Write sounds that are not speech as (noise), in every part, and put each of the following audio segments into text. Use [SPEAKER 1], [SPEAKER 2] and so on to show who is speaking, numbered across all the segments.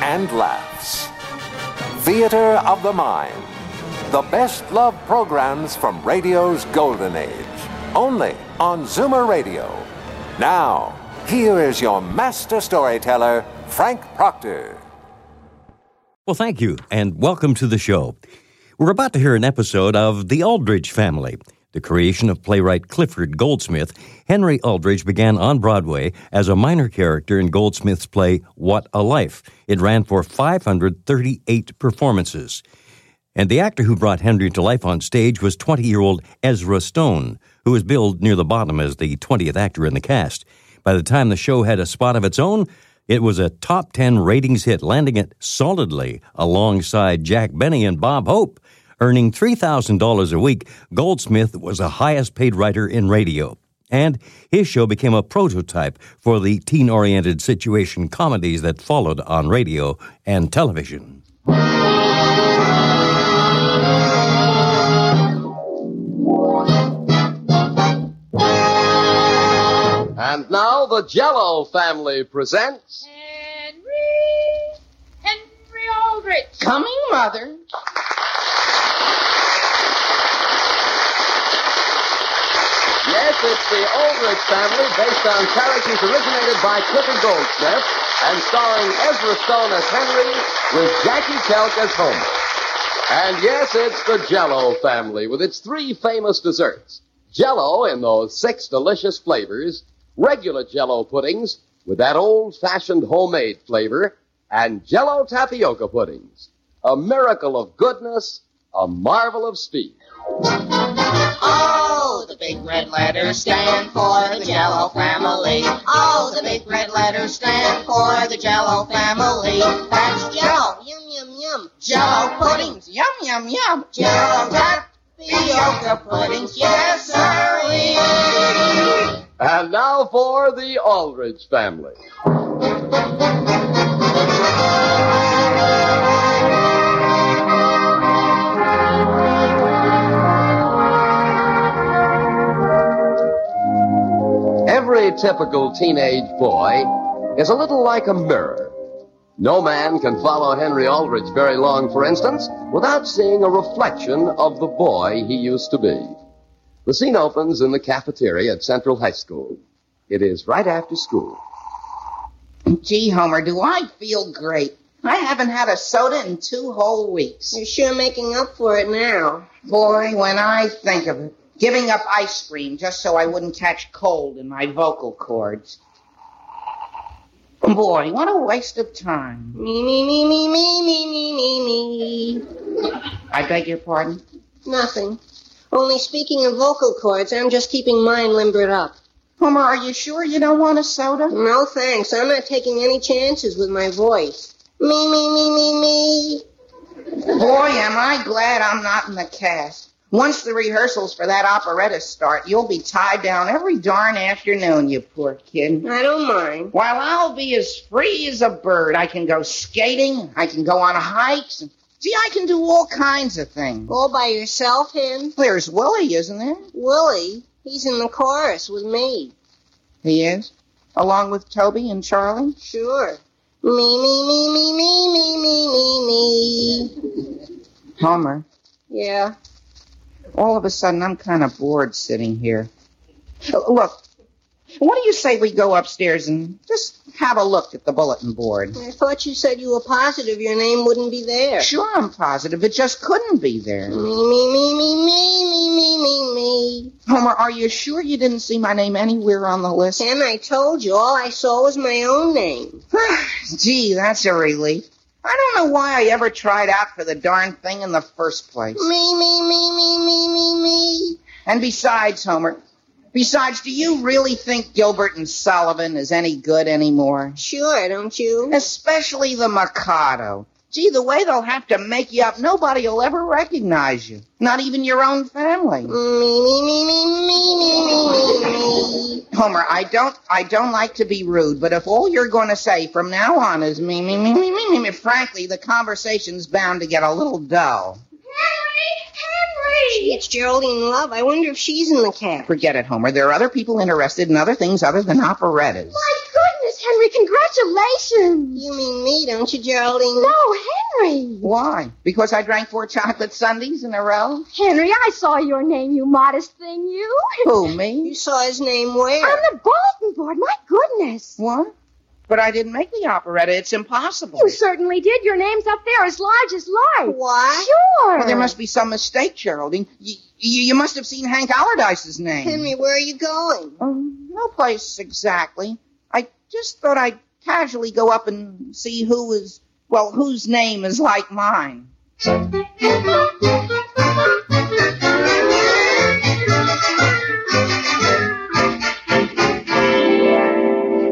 [SPEAKER 1] and laughs. Theater of the Mind. The best love programs from radio's golden age. Only on Zoomer Radio. Now, here is your master storyteller, Frank Proctor.
[SPEAKER 2] Well, thank you, and welcome to the show. We're about to hear an episode of The Aldridge Family. The creation of playwright Clifford Goldsmith, Henry Aldridge began on Broadway as a minor character in Goldsmith's play What a Life. It ran for 538 performances. And the actor who brought Henry to life on stage was 20 year old Ezra Stone, who was billed near the bottom as the 20th actor in the cast. By the time the show had a spot of its own, it was a top 10 ratings hit, landing it solidly alongside Jack Benny and Bob Hope. Earning $3,000 a week, Goldsmith was the highest paid writer in radio. And his show became a prototype for the teen oriented situation comedies that followed on radio and television.
[SPEAKER 3] And now the Jello family presents.
[SPEAKER 4] Henry! Henry Aldrich!
[SPEAKER 5] Coming, Mother.
[SPEAKER 3] Yes, it's the Aldrich family, based on characters originated by Clifford Goldsmith and starring Ezra Stone as Henry, with Jackie Kelk as Homer. And yes, it's the Jello family with its three famous desserts: Jello in those six delicious flavors, regular Jello puddings with that old-fashioned homemade flavor, and Jello tapioca puddings. A miracle of goodness, a marvel of speed.
[SPEAKER 5] Oh, the big red letters stand for the Jello family. Oh, the big red letters stand for the Jello family. That's Jello. Yum yum yum. Jello puddings. Yum yum yum. Jello tapioca puddings. Yes, sir.
[SPEAKER 3] And now for the Aldrich family. Every typical teenage boy is a little like a mirror. No man can follow Henry Aldrich very long, for instance, without seeing a reflection of the boy he used to be. The scene opens in the cafeteria at Central High School. It is right after school.
[SPEAKER 5] Gee, Homer, do I feel great? I haven't had a soda in two whole weeks.
[SPEAKER 6] You're sure making up for it now.
[SPEAKER 5] Boy, when I think of it, giving up ice cream just so I wouldn't catch cold in my vocal cords. Boy, what a waste of time.
[SPEAKER 6] Me, me, me, me, me, me, me, me, me.
[SPEAKER 5] I beg your pardon?
[SPEAKER 6] Nothing. Only speaking of vocal cords, I'm just keeping mine limbered up.
[SPEAKER 5] Homer, are you sure you don't want a soda?
[SPEAKER 6] No thanks. I'm not taking any chances with my voice. Me, me, me, me, me.
[SPEAKER 5] Boy, am I glad I'm not in the cast. Once the rehearsals for that operetta start, you'll be tied down every darn afternoon, you poor kid.
[SPEAKER 6] I don't mind.
[SPEAKER 5] While I'll be as free as a bird, I can go skating, I can go on hikes, and gee, I can do all kinds of things.
[SPEAKER 6] All by yourself, Hen?
[SPEAKER 5] There's Willie, isn't there?
[SPEAKER 6] Willie, he's in the chorus with me.
[SPEAKER 5] He is, along with Toby and Charlie.
[SPEAKER 6] Sure. Me, me, me, me, me, me, me, me, me.
[SPEAKER 5] Homer,
[SPEAKER 6] Yeah.
[SPEAKER 5] all of a sudden I'm kind of bored sitting here. Uh, Look, what do you say we go upstairs and just have a look at the bulletin board?
[SPEAKER 6] I thought you said you were positive your name wouldn't be there.
[SPEAKER 5] Sure, I'm positive. It just couldn't be there.
[SPEAKER 6] Me, me, me, me, me, me, me, me, me.
[SPEAKER 5] Homer, are you sure you didn't see my name anywhere on the list?
[SPEAKER 6] Ken, I told you, all I saw was my own name.
[SPEAKER 5] (sighs) Gee, that's a relief. I don't know why I ever tried out for the darn thing in the first place.
[SPEAKER 6] Me, me, me, me, me, me, me.
[SPEAKER 5] And besides, Homer, Besides, do you really think Gilbert and Sullivan is any good anymore?
[SPEAKER 6] Sure, don't you?
[SPEAKER 5] Especially the Mikado. Gee, the way they'll have to make you up, nobody will ever recognize you. Not even your own family.
[SPEAKER 6] Me, me, me, me, me, me, me, me, me.
[SPEAKER 5] Homer, I don't, I don't like to be rude, but if all you're going to say from now on is me, me, me, me, me, me, me, frankly, the conversation's bound to get a little dull.
[SPEAKER 7] Henry! Henry!
[SPEAKER 6] It's Geraldine Love. I wonder if she's in the cab.
[SPEAKER 5] Forget it, Homer. There are other people interested in other things other than operettas.
[SPEAKER 8] My goodness, Henry, congratulations!
[SPEAKER 6] You mean me, don't you, Geraldine?
[SPEAKER 8] No, Henry!
[SPEAKER 5] Why? Because I drank four chocolate sundaes in a row?
[SPEAKER 8] Henry, I saw your name, you modest thing, you.
[SPEAKER 5] Who, me?
[SPEAKER 6] You saw his name where?
[SPEAKER 8] On the bulletin board, my goodness!
[SPEAKER 5] What? But I didn't make the operetta. It's impossible.
[SPEAKER 8] You certainly did. Your name's up there as large as life.
[SPEAKER 6] Why?
[SPEAKER 8] Sure.
[SPEAKER 5] Well, there must be some mistake, Geraldine. You, you, you must have seen Hank Allardyce's name.
[SPEAKER 6] Henry, where are you going?
[SPEAKER 5] Um, no place exactly. I just thought I'd casually go up and see who is, well, whose name is like mine.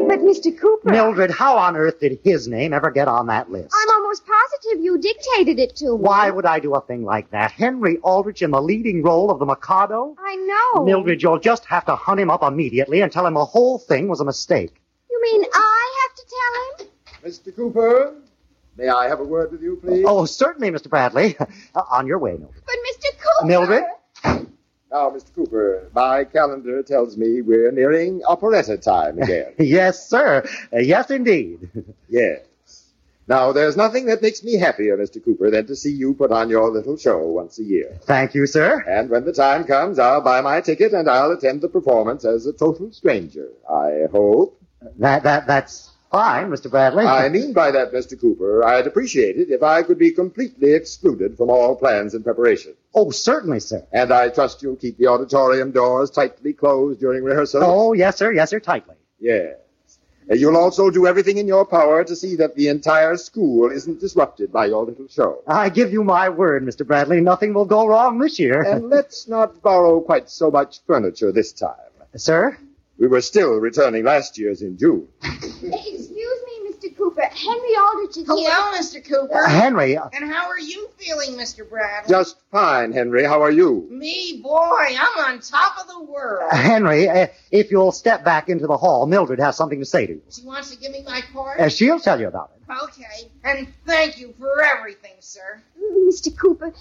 [SPEAKER 8] But Mr. Cooper,
[SPEAKER 9] Mildred, how on earth did his name ever get on that list?
[SPEAKER 8] I'm almost positive you dictated it to him.
[SPEAKER 9] Why would I do a thing like that? Henry Aldrich in the leading role of the Mikado?
[SPEAKER 8] I know.
[SPEAKER 9] Mildred, you'll just have to hunt him up immediately and tell him the whole thing was a mistake.
[SPEAKER 8] You mean I have to tell him?
[SPEAKER 10] Mr. Cooper, may I have a word with you, please?
[SPEAKER 9] Oh, certainly, Mr. Bradley. (laughs) Uh, on your way, Mildred.
[SPEAKER 8] But Mr. Cooper.
[SPEAKER 9] Mildred?
[SPEAKER 10] Now, Mr. Cooper, my calendar tells me we're nearing operetta time again.
[SPEAKER 9] (laughs) Yes, sir. Uh, yes, indeed. (laughs)
[SPEAKER 10] yes. Now, there's nothing that makes me happier, Mr. Cooper, than to see you put on your little show once a year.
[SPEAKER 9] Thank you, sir.
[SPEAKER 10] And when the time comes, I'll buy my ticket and I'll attend the performance as a total stranger, I hope.
[SPEAKER 9] That that that's fine, Mr. Bradley.
[SPEAKER 10] I mean by that, Mr. Cooper, I'd appreciate it if I could be completely excluded from all plans and preparation.
[SPEAKER 9] Oh, certainly, sir.
[SPEAKER 10] And I trust you'll keep the auditorium doors tightly closed during rehearsal?
[SPEAKER 9] Oh, yes, sir. Yes, sir. Tightly.
[SPEAKER 10] Yes. And You'll also do everything in your power to see that the entire school isn't disrupted by your little show.
[SPEAKER 9] I give you my word, Mr. Bradley. Nothing will go wrong this year, (laughs)
[SPEAKER 10] And let's not borrow quite so much furniture this time.
[SPEAKER 9] sir.
[SPEAKER 10] We were still returning last year's in June.
[SPEAKER 8] Excuse me, Mr. Cooper. Henry Aldrich is here.
[SPEAKER 5] Hello, Mr. Cooper.
[SPEAKER 9] Uh, Henry, uh,
[SPEAKER 5] and how are you feeling, Mr. Bradley?
[SPEAKER 10] Just fine, Henry. How are you?
[SPEAKER 5] Me, boy, I'm on top of the world.
[SPEAKER 9] Henry, uh, if you'll step back into the hall, Mildred has something to say to you.
[SPEAKER 5] She wants to give me my part?
[SPEAKER 9] Uh, she'll tell you about it.
[SPEAKER 5] Okay. And thank you for everything, sir.
[SPEAKER 8] Mr. Cooper,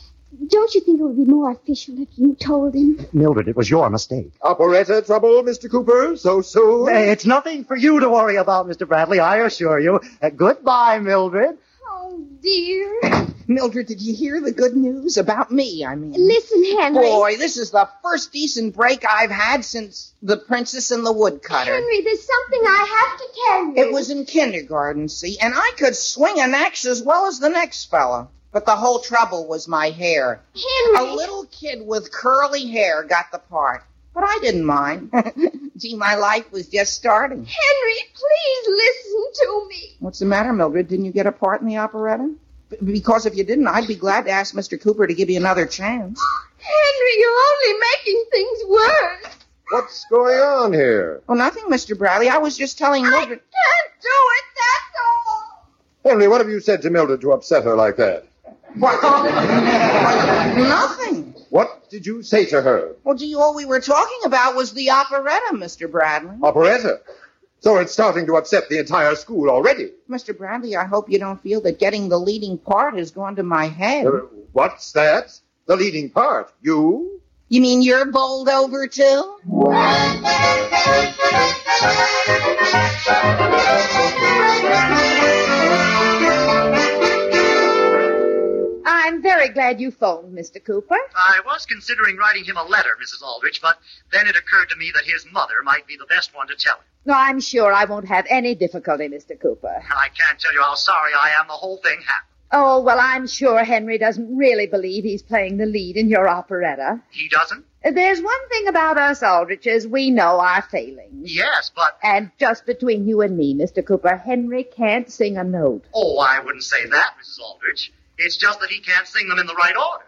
[SPEAKER 8] don't you think it would be more official if you told him?
[SPEAKER 9] Mildred, it was your mistake.
[SPEAKER 10] Operetta trouble, Mr. Cooper? So soon?
[SPEAKER 9] Uh, It's nothing for you to worry about, Mr. Bradley, I assure you. Uh, goodbye, Mildred.
[SPEAKER 8] Oh, dear.
[SPEAKER 5] Mildred, did you hear the good news about me? I mean,
[SPEAKER 8] Listen, Henry.
[SPEAKER 5] boy, this is the first decent break I've had since The Princess and the Woodcutter.
[SPEAKER 8] Henry, there's something I have to tell you.
[SPEAKER 5] It was in kindergarten, see, and I could swing an axe as well as the next fella. But the whole trouble was my hair. A
[SPEAKER 8] Henry.
[SPEAKER 5] little kid with curly hair got the part, but I didn't mind. (laughs) Gee, my life was just starting.
[SPEAKER 8] Henry, please listen to me.
[SPEAKER 5] What's the matter, Mildred? Didn't you get a part in the operetta? B- because if you didn't, I'd be glad to ask Mr. Cooper to give you another chance.
[SPEAKER 8] Henry, you're only making things worse.
[SPEAKER 10] What's going on here?
[SPEAKER 5] Well, nothing, Mr. Bradley. I was just telling
[SPEAKER 8] I can't do
[SPEAKER 5] Mildred.
[SPEAKER 8] it, that's all.
[SPEAKER 10] Henry, what have you said to Mildred to upset her like that?
[SPEAKER 5] Well, (laughs) nothing.
[SPEAKER 10] What did you say to her?
[SPEAKER 5] Well, gee, all we were talking about was the operetta, Mr. Bradley.
[SPEAKER 10] Operetta. So it's starting to upset the entire school already.
[SPEAKER 5] Mr. Bradley, I hope you don't feel that getting the leading part has gone to my head.
[SPEAKER 10] Uh, what's that? The leading part. You?
[SPEAKER 5] You mean you're bowled over too?
[SPEAKER 4] I'm very glad you phoned, Mr. Cooper.
[SPEAKER 9] I was considering writing him a letter, Mrs. Aldrich, but then it occurred to me that his mother might be the best one to tell him.
[SPEAKER 4] No, I'm sure I won't have any difficulty, Mr. Cooper.
[SPEAKER 9] I can't tell you how sorry I am the whole thing happened.
[SPEAKER 4] Oh, well, I'm sure Henry doesn't really believe he's playing the lead in your operetta.
[SPEAKER 9] He doesn't?
[SPEAKER 4] There's one thing about us Aldriches we know our failings.
[SPEAKER 9] Yes, but.
[SPEAKER 4] And just between you and me, Mr. Cooper, Henry can't sing a note.
[SPEAKER 9] Oh, I wouldn't say that, Mrs. Aldrich. It's just that he can't sing them in the right order.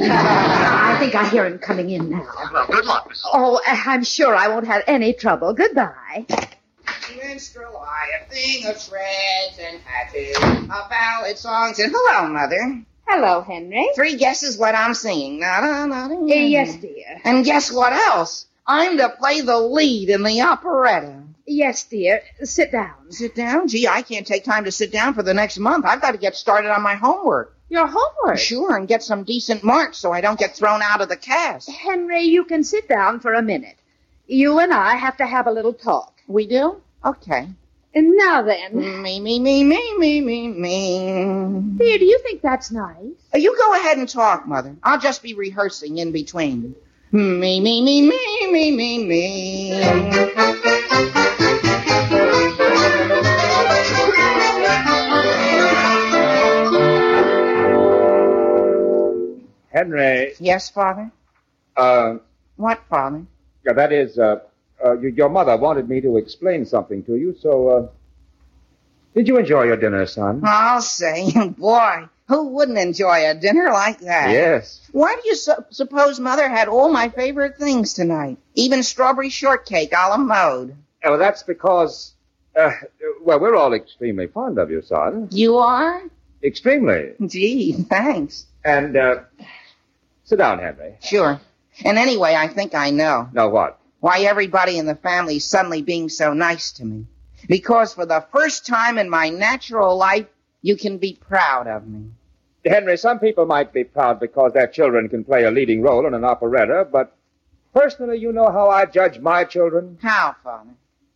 [SPEAKER 4] I think I hear him coming in now.
[SPEAKER 7] Well, good luck, Mrs.
[SPEAKER 4] Oh, I- I'm sure I won't have any trouble. Goodbye.
[SPEAKER 5] Minstrel, I a thing of shreds and patches, of ballad songs, and hello, Mother.
[SPEAKER 4] Hello, Henry.
[SPEAKER 5] Three guesses what I'm singing. Na, na, na, na, na.
[SPEAKER 4] Eh, yes, dear.
[SPEAKER 5] And guess what else? I'm to play the lead in the operetta.
[SPEAKER 4] Yes, dear. Sit down.
[SPEAKER 5] Sit down? Gee, I can't take time to sit down for the next month. I've got to get started on my homework.
[SPEAKER 4] Your homework?
[SPEAKER 5] Sure, and get some decent marks so I don't get thrown out of the cast.
[SPEAKER 4] Henry, you can sit down for a minute. You and I have to have a little talk.
[SPEAKER 5] We do? Okay.
[SPEAKER 4] And now then,
[SPEAKER 5] Me, me, me, me, me, me, me.
[SPEAKER 4] dear, do you think that's nice?
[SPEAKER 5] You go ahead and talk, Mother. I'll just be rehearsing in between. Me, me, me, me, me, me, me.
[SPEAKER 11] Henry,
[SPEAKER 5] Yes, Father?
[SPEAKER 11] uh,
[SPEAKER 5] What, Father?
[SPEAKER 11] yeah, that is, uh, uh, you, your mother wanted me to explain something to you, so, uh, did you enjoy your dinner, son?
[SPEAKER 5] I'll say, (laughs) boy, who wouldn't enjoy a dinner like that?
[SPEAKER 11] Yes.
[SPEAKER 5] Why do you su- suppose Mother had all my favorite things tonight? Even strawberry shortcake a la mode.
[SPEAKER 11] Oh, that's because, uh, well, we're all extremely fond of you, son.
[SPEAKER 5] You are?
[SPEAKER 11] Extremely.
[SPEAKER 5] Gee, thanks.
[SPEAKER 11] And, uh, sit down, Henry.
[SPEAKER 5] Sure. And anyway, I think I know
[SPEAKER 11] Now what?
[SPEAKER 5] why everybody in the family's suddenly being so nice to me. Because for the first time in my natural life, you can be proud of me.
[SPEAKER 11] Henry, some people might be proud because their children can play a leading role in an operetta, but personally, you know how I judge my children?
[SPEAKER 5] How, Father?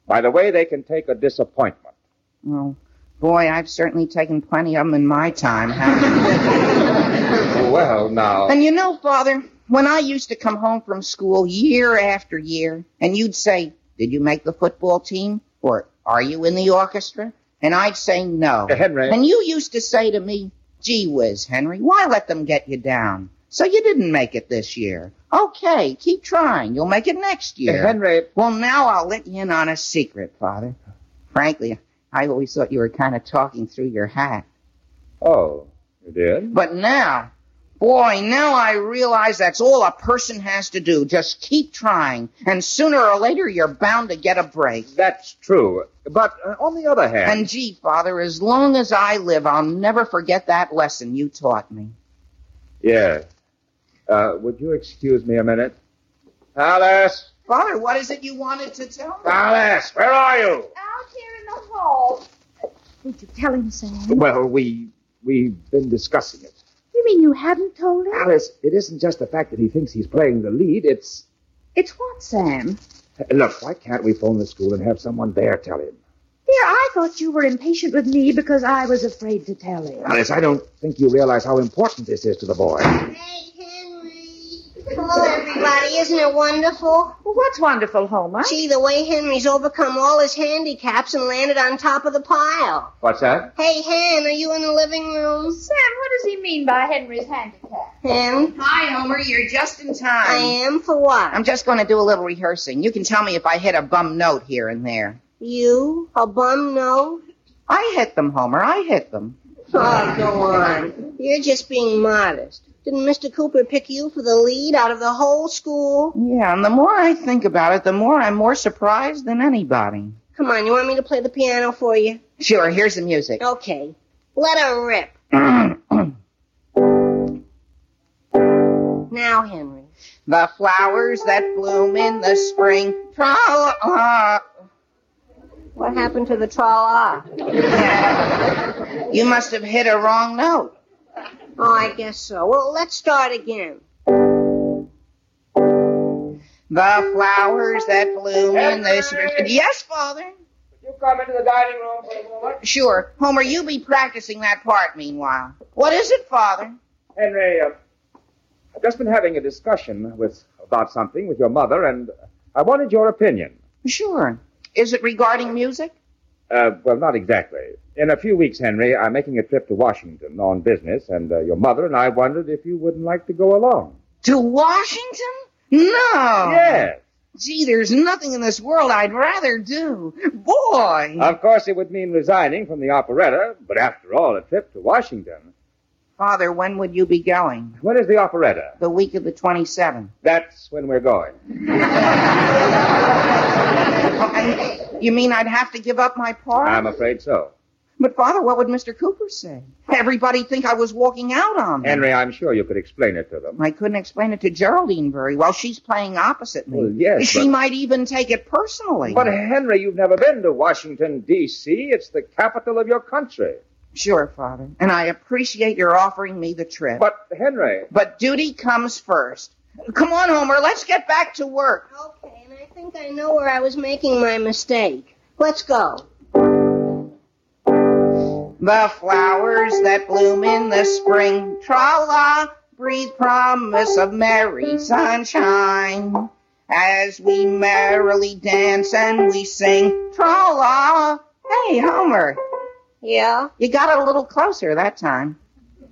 [SPEAKER 11] By the way they can take a disappointment.
[SPEAKER 5] Oh, boy, I've certainly taken plenty of them in my time, haven't I?
[SPEAKER 11] (laughs) Well, now.
[SPEAKER 5] And you know, Father, when I used to come home from school year after year, and you'd say, Did you make the football team? Or Are you in the orchestra? And I'd say, No.
[SPEAKER 11] Uh, Henry.
[SPEAKER 5] And you used to say to me, Gee whiz, Henry, why let them get you down? So you didn't make it this year. Okay, keep trying. You'll make it next
[SPEAKER 11] Uh,
[SPEAKER 5] year.
[SPEAKER 11] Henry,
[SPEAKER 5] Well, now I'll let you in on a secret, Father. Frankly, I always thought you were kind of talking through your hat.
[SPEAKER 11] Oh, you did?
[SPEAKER 5] But now, boy, now I realize that's all a person has to do. Just keep trying, and sooner or later you're bound to get a break.
[SPEAKER 11] That's true. But uh, on the other hand.
[SPEAKER 5] And gee, Father, as long as I live, I'll never forget that lesson you taught me.
[SPEAKER 11] Yes. Uh, would you excuse me a minute? Alice!
[SPEAKER 5] Father, what is it you wanted to tell me?
[SPEAKER 11] Alice, where are you?
[SPEAKER 4] Out here in the hall. Did you tell him, Sam?
[SPEAKER 11] Well, we we've been discussing it.
[SPEAKER 4] You mean you haven't told him?
[SPEAKER 11] Alice, it isn't just the fact that he thinks he's playing the lead. It's Uh,
[SPEAKER 4] It's what, Sam?
[SPEAKER 11] look. Why can't we phone the school and have someone there tell him?
[SPEAKER 4] Dear, I thought you were impatient with me because I was afraid to tell him.
[SPEAKER 11] Alice, I don't think you realize how important this is to the boy.
[SPEAKER 6] Hey, Henry. Hello, everybody. Isn't it wonderful?
[SPEAKER 4] Well, what's wonderful, Homer?
[SPEAKER 6] Gee, the way Henry's overcome all his handicaps and landed on top of the pile.
[SPEAKER 11] What's that?
[SPEAKER 6] Hey, Hen, are you in the living room?
[SPEAKER 4] Sam, what does he mean by Henry's handicap?
[SPEAKER 6] Hen,
[SPEAKER 5] Hi, Homer. You're just in time.
[SPEAKER 6] I am for what?
[SPEAKER 5] I'm just going to do a little rehearsing. You can tell me if I hit a bum note here and there.
[SPEAKER 6] You? A bum? No?
[SPEAKER 5] I hit them, Homer. I hit them.
[SPEAKER 6] Oh, go on. You're just being modest. Didn't Mr. Cooper pick you for the lead out of the whole school?
[SPEAKER 5] Yeah, and the more I think about it, the more I'm more surprised than anybody.
[SPEAKER 6] Come on, you want me to play the piano for you?
[SPEAKER 5] Sure, here's the music.
[SPEAKER 6] Okay. Let her rip. Now, Henry.
[SPEAKER 5] The flowers that bloom in the spring. uh, Tra la.
[SPEAKER 6] What happened to the tra-la?
[SPEAKER 5] You must have hit a wrong note.
[SPEAKER 6] Oh, I guess so. Well, let's start again.
[SPEAKER 5] The flowers that bloom in the spring. Yes, Father.
[SPEAKER 12] You come into the dining room for a moment.
[SPEAKER 5] Sure. Homer, you be practicing that part meanwhile. What is it, Father?
[SPEAKER 11] Henry, uh, I've just been having a discussion with about something with your mother, and I wanted your opinion.
[SPEAKER 5] Sure. Is it regarding music?
[SPEAKER 11] Uh, well, not exactly. In a few weeks, Henry, I'm making a trip to Washington on business, and uh, your mother and I wondered if you wouldn't like to go along.
[SPEAKER 5] To Washington? No.
[SPEAKER 11] Yes.
[SPEAKER 5] Oh. Gee, there's nothing in this world I'd rather do. Boy.
[SPEAKER 11] Of course, it would mean resigning from the operetta, but after all, a trip to Washington.
[SPEAKER 5] Father, when would you be going?
[SPEAKER 11] When is the operetta?
[SPEAKER 5] The week of the 27th.
[SPEAKER 11] That's when we're going.
[SPEAKER 5] I- you mean I'd have to give up my part?
[SPEAKER 11] I'm afraid so.
[SPEAKER 5] But, Father, what would Mr. Cooper say? Everybody'd think I was walking out on them.
[SPEAKER 11] Henry, I'm sure you could explain it to them.
[SPEAKER 5] I couldn't explain it to Geraldine very well. She's playing opposite me.
[SPEAKER 11] Well, yes,
[SPEAKER 5] She
[SPEAKER 11] but-
[SPEAKER 5] might even take it personally.
[SPEAKER 11] But, Henry, you've never been to Washington, D.C., it's the capital of your country.
[SPEAKER 5] Sure, Father. And I appreciate your offering me the trip.
[SPEAKER 11] But, Henry.
[SPEAKER 5] But duty comes first. Come on, Homer. Let's get back to work.
[SPEAKER 6] I think I know where I was making my mistake. Let's go.
[SPEAKER 5] The flowers that bloom in the spring, tra la, breathe promise of merry sunshine. As we merrily dance and we sing, tra la. Hey, Homer.
[SPEAKER 6] Yeah?
[SPEAKER 5] You got a little closer that time,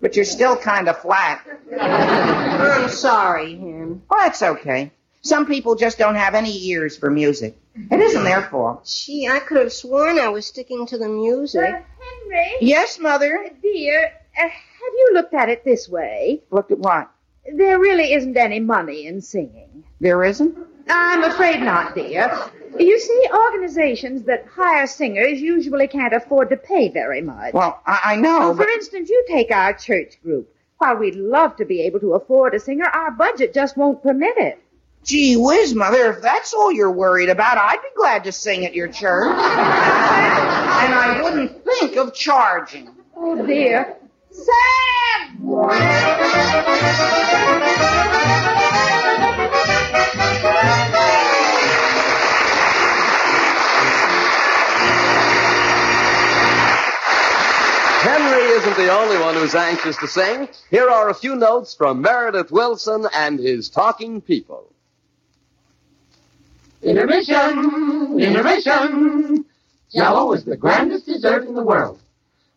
[SPEAKER 5] but you're still kind of flat.
[SPEAKER 6] I'm sorry, Hen.
[SPEAKER 5] Well, that's okay. Some people just don't have any ears for music. It isn't their fault.
[SPEAKER 6] Gee, I could have sworn I was sticking to the music.
[SPEAKER 4] Henry?
[SPEAKER 5] Yes, Mother?
[SPEAKER 4] Dear, uh, have you looked at it this way?
[SPEAKER 5] Looked at what?
[SPEAKER 4] There really isn't any money in singing.
[SPEAKER 5] There isn't?
[SPEAKER 4] I'm afraid not, dear. You see, organizations that hire singers usually can't afford to pay very much.
[SPEAKER 5] Well, I, I know.
[SPEAKER 4] Oh, for
[SPEAKER 5] but-
[SPEAKER 4] instance, you take our church group. While we'd love to be able to afford a singer, our budget just won't permit it.
[SPEAKER 5] Gee whiz, Mother, if that's all you're worried about, I'd be glad to sing at your church. and I wouldn't think of charging.
[SPEAKER 4] Oh, dear.
[SPEAKER 3] Henry isn't the only one who's anxious to sing. Here are a few notes from Meredith Wilson and his talking people.
[SPEAKER 13] Innovation! Innovation! Jello is the grandest dessert in the world.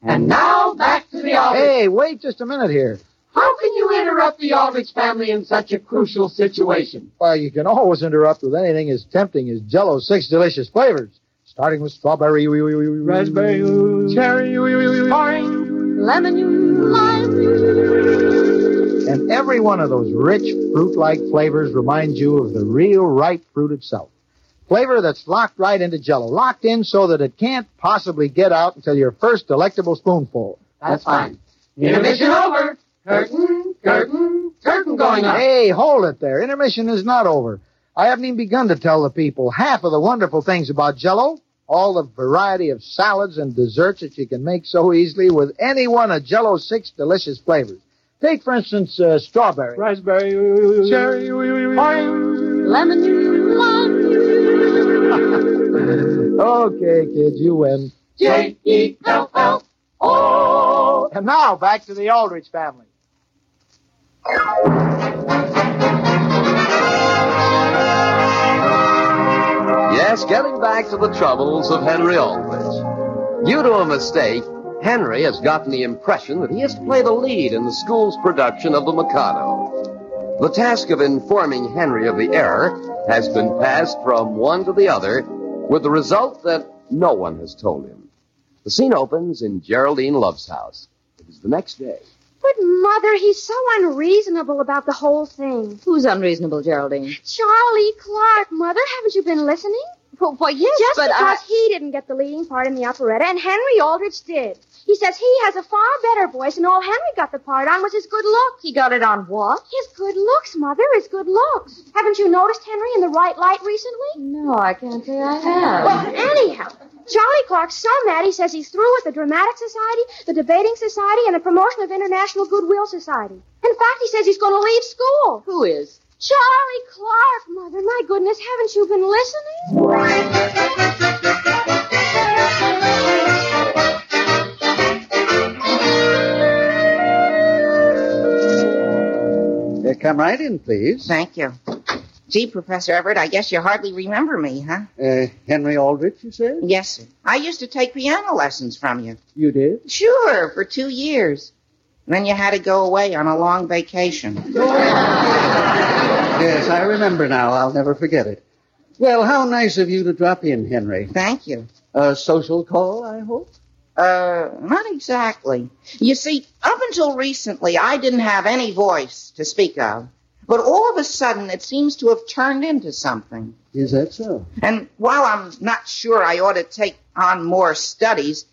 [SPEAKER 13] And now back to the Aldrich.
[SPEAKER 14] Hey, wait just a minute here.
[SPEAKER 13] How can you interrupt the Aldrich family in such a crucial situation?
[SPEAKER 14] Well, you can always interrupt with anything as tempting as Jello's six delicious flavors, starting with strawberry, raspberry, cherry, orange,
[SPEAKER 13] Lemon,
[SPEAKER 14] and every one of those rich fruit-like flavors reminds you of the real ripe fruit itself. Flavor that's locked right into Jello, locked in so that it can't possibly get out until your first delectable spoonful.
[SPEAKER 13] That's fine. Intermission over. Curtain, curtain, curtain going up.
[SPEAKER 14] Hey, hold it there. Intermission is not over. I haven't even begun to tell the people half of the wonderful things about Jello. All the variety of salads and desserts that you can make so easily with any one of Jello's six delicious flavors. Take, for instance, uh, strawberry. Raspberry. Cherry.
[SPEAKER 13] Lemon, lime.
[SPEAKER 14] Okay, kids, you
[SPEAKER 13] E
[SPEAKER 14] win.
[SPEAKER 13] J-E-L-L.
[SPEAKER 14] And now, back to the Aldrich family.
[SPEAKER 3] Yes, getting back to the troubles of Henry Aldrich. Due to a mistake, Henry has gotten the impression that he has played a lead in the school's production of the Mikado. The task of informing Henry of the error has been passed from one to the other, with the result that no one has told him. The scene opens in Geraldine Love's house. It is the next day.
[SPEAKER 8] But, Mother, he's so unreasonable about the whole thing.
[SPEAKER 15] Who's unreasonable, Geraldine?
[SPEAKER 8] Charlie Clark, Mother, haven't you been listening? Well, yes, Just
[SPEAKER 15] but
[SPEAKER 8] because
[SPEAKER 15] I-
[SPEAKER 8] he didn't get the leading part in the operetta and Henry Aldrich did. He says he has a far better voice and all Henry got the part on was his good looks. He got it on what? His good looks, Mother, his good looks. Haven't you noticed Henry in the right light recently?
[SPEAKER 15] No, I can't say I have.
[SPEAKER 8] Well, anyhow, Charlie Clark's so mad he says he's through with the Dramatic Society, the Debating Society, and the Promotion of International Goodwill Society. In fact, he says he's going to leave school.
[SPEAKER 15] Who is?
[SPEAKER 8] Charlie Clark, Mother. My goodness, haven't you been listening?
[SPEAKER 14] Uh, come right in, please.
[SPEAKER 5] Thank you. Gee, Professor Everett, I guess you hardly remember me, huh?
[SPEAKER 14] Uh, Henry Aldrich, you say?
[SPEAKER 5] Yes, sir. I used to take piano lessons from you.
[SPEAKER 14] You did?
[SPEAKER 5] Sure, for two years. Then you had to go away on a long vacation.
[SPEAKER 14] Yes, I remember now. I'll never forget it. Well, how nice of you to drop in, Henry.
[SPEAKER 5] Thank you.
[SPEAKER 14] A social call, I hope?
[SPEAKER 5] Uh, not exactly. You see, up until recently, I didn't have any voice to speak of. But all of a sudden, it seems to have turned into something.
[SPEAKER 16] Is that so?
[SPEAKER 5] And while I'm not sure I ought to take on more studies,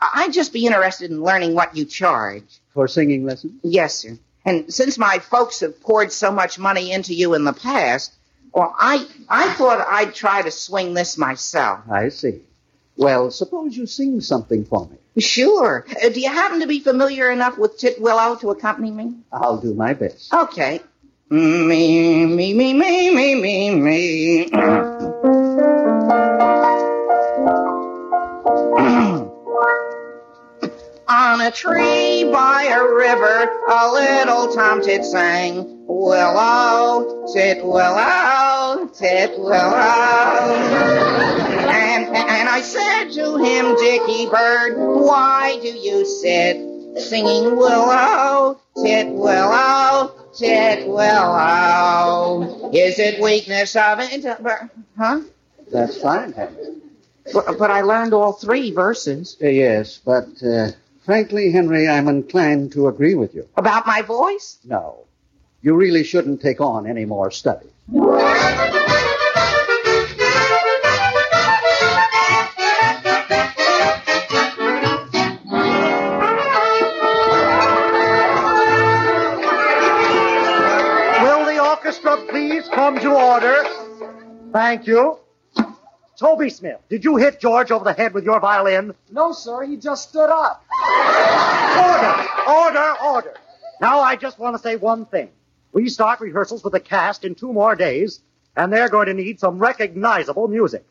[SPEAKER 5] I- I'd just be interested in learning what you charge.
[SPEAKER 16] For singing lessons?
[SPEAKER 5] Yes, sir. And since my folks have poured so much money into you in the past, well, I, I thought I'd try to swing this myself.
[SPEAKER 16] I see. Well, suppose you sing something for me.
[SPEAKER 5] Sure. Uh, do you happen to be familiar enough with Tit Willow to accompany me?
[SPEAKER 16] I'll do my best.
[SPEAKER 5] Okay. Me, me, me, me, me, me, me. (clears throat) On a tree by a river, a little tom tit sang, Willow, tit willow, tit willow. And, and I said to him, Dicky Bird, why do you sit singing willow, tit willow, tit willow? Is it weakness of inter- Huh?
[SPEAKER 16] That's fine, Henry.
[SPEAKER 5] But, but I learned all three verses.
[SPEAKER 16] Uh, yes, but uh, frankly, Henry, I'm inclined to agree with you.
[SPEAKER 5] About my voice?
[SPEAKER 16] No. You really shouldn't take on any more study.
[SPEAKER 9] Will the orchestra please come to order? Thank you. Toby Smith, did you hit George over the head with your violin?
[SPEAKER 17] No, sir, he just stood up.
[SPEAKER 9] Order, order, order. Now I just want to say one thing. We start rehearsals with the cast in two more days, and they're going to need some recognizable music.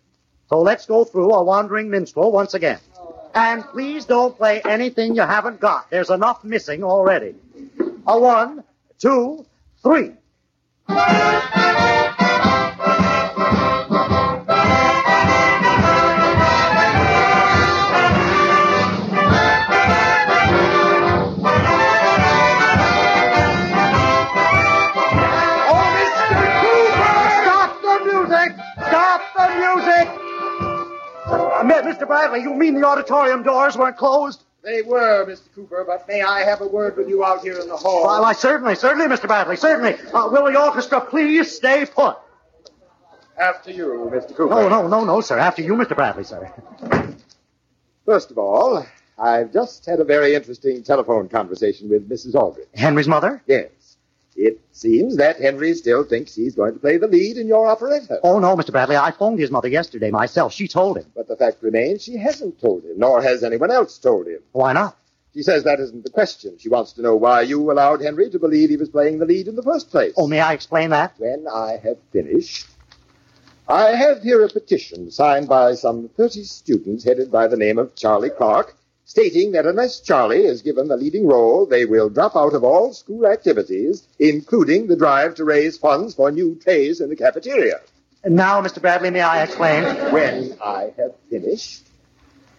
[SPEAKER 9] So let's go through a wandering minstrel once again. And please don't play anything you haven't got. There's enough missing already. A one, two, three. Stop the music! Stop the music! Uh, Mi- Mr. Bradley, you mean the auditorium doors weren't closed?
[SPEAKER 17] They were, Mr. Cooper, but may I have a word with you out here in the hall?
[SPEAKER 9] Well, I certainly, certainly, Mr. Bradley, certainly. Uh, will the orchestra please stay put?
[SPEAKER 17] After you, Mr. Cooper.
[SPEAKER 9] No, no, no, no, sir. After you, Mr.
[SPEAKER 10] (laughs)
[SPEAKER 9] Bradley, sir.
[SPEAKER 10] First of all, I've just had a very interesting telephone conversation with Mrs. Aldrich.
[SPEAKER 9] Henry's mother?
[SPEAKER 10] Yes. It seems that Henry still thinks he's going to play the lead in your operetta.
[SPEAKER 9] Oh, no, Mr. Bradley. I phoned his mother yesterday myself. She told him.
[SPEAKER 10] But the fact remains she hasn't told him, nor has anyone else told him.
[SPEAKER 9] Why not?
[SPEAKER 10] She says that isn't the question. She wants to know why you allowed Henry to believe he was playing the lead in the first place.
[SPEAKER 9] Oh, may I explain that?
[SPEAKER 10] When I have finished, I have here a petition signed by some 30 students headed by the name of Charlie Clark stating that unless Charlie is given the leading role, they will drop out of all school activities, including the drive to raise funds for new trays in the cafeteria.
[SPEAKER 9] Now, Mr. Bradley, may I explain?
[SPEAKER 10] When I have finished,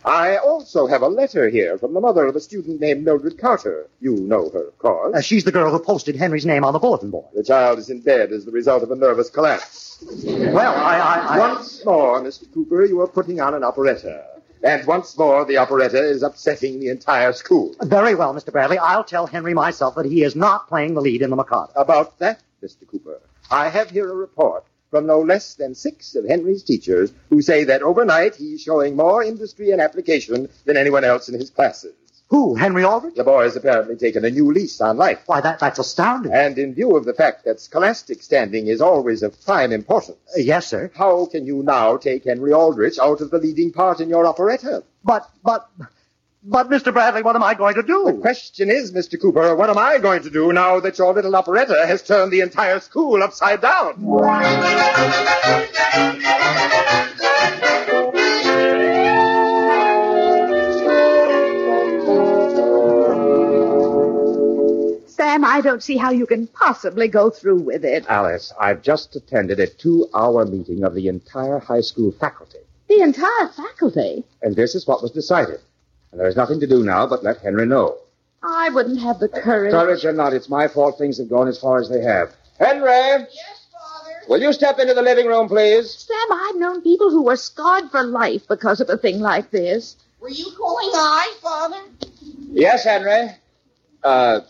[SPEAKER 10] I also have a letter here from the mother of a student named Mildred Carter. You know her, of course.
[SPEAKER 9] Uh, she's the girl who posted Henry's name on the bulletin board.
[SPEAKER 10] The child is in bed as the result of a nervous collapse.
[SPEAKER 9] Well, I- I- I-
[SPEAKER 10] Once more, Mr. Cooper, you are putting on an operetta. And once more, the operetta is upsetting the entire school.
[SPEAKER 9] Very well, Mr. Bradley. I'll tell Henry myself that he is not playing the lead in the Mikado.
[SPEAKER 10] About that, Mr. Cooper, I have here a report from no less than six of Henry's teachers who say that overnight he's showing more industry and application than anyone else in his classes.
[SPEAKER 9] Who, Henry Aldrich?
[SPEAKER 10] The boy has apparently taken a new lease on life.
[SPEAKER 9] Why, that, that's astounding.
[SPEAKER 10] And in view of the fact that scholastic standing is always of prime importance.
[SPEAKER 9] Uh, yes, sir.
[SPEAKER 10] How can you now take Henry Aldrich out of the leading part in your operetta?
[SPEAKER 9] But, but, but, Mr. Bradley, what am I going to do?
[SPEAKER 10] The question is, Mr. Cooper, what am I going to do now that your little operetta has turned the entire school upside down?
[SPEAKER 4] Sam, I don't see how you can possibly go through with it.
[SPEAKER 11] Alice, I've just attended a two hour meeting of the entire high school faculty,
[SPEAKER 15] The entire faculty.
[SPEAKER 11] and this is what was decided. And there is nothing to do now but let Henry know.
[SPEAKER 15] I wouldn't have the courage.
[SPEAKER 11] Courage or not, it's my fault things have gone as far as they have.
[SPEAKER 10] Henry! Yes, Father? Will you step into the living room, please?
[SPEAKER 15] Sam, I've known people who were scarred for life because of a thing like this.
[SPEAKER 18] Were you calling I,
[SPEAKER 19] Yes, Henry? Uh,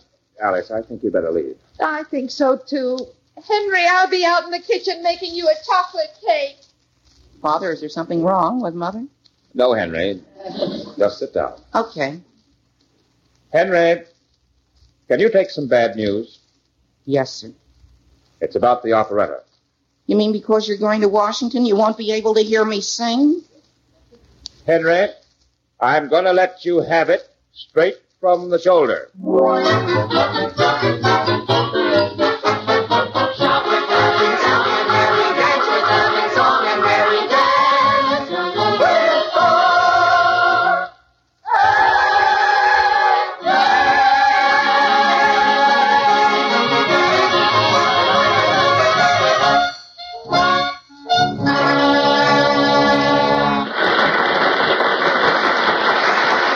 [SPEAKER 19] Alice, I think you better leave.
[SPEAKER 20] I think so, too.
[SPEAKER 7] Henry, I'll be out in the kitchen making you a chocolate cake.
[SPEAKER 5] Father, is there something wrong with Mother?
[SPEAKER 19] No, Henry. Just sit down.
[SPEAKER 5] Okay.
[SPEAKER 19] Henry, can you take some bad news?
[SPEAKER 5] Yes, sir.
[SPEAKER 19] It's about the operetta.
[SPEAKER 5] You mean because you're going to Washington, you won't be able to hear me sing?
[SPEAKER 19] Henry, I'm going to let you have it straight from the shoulder.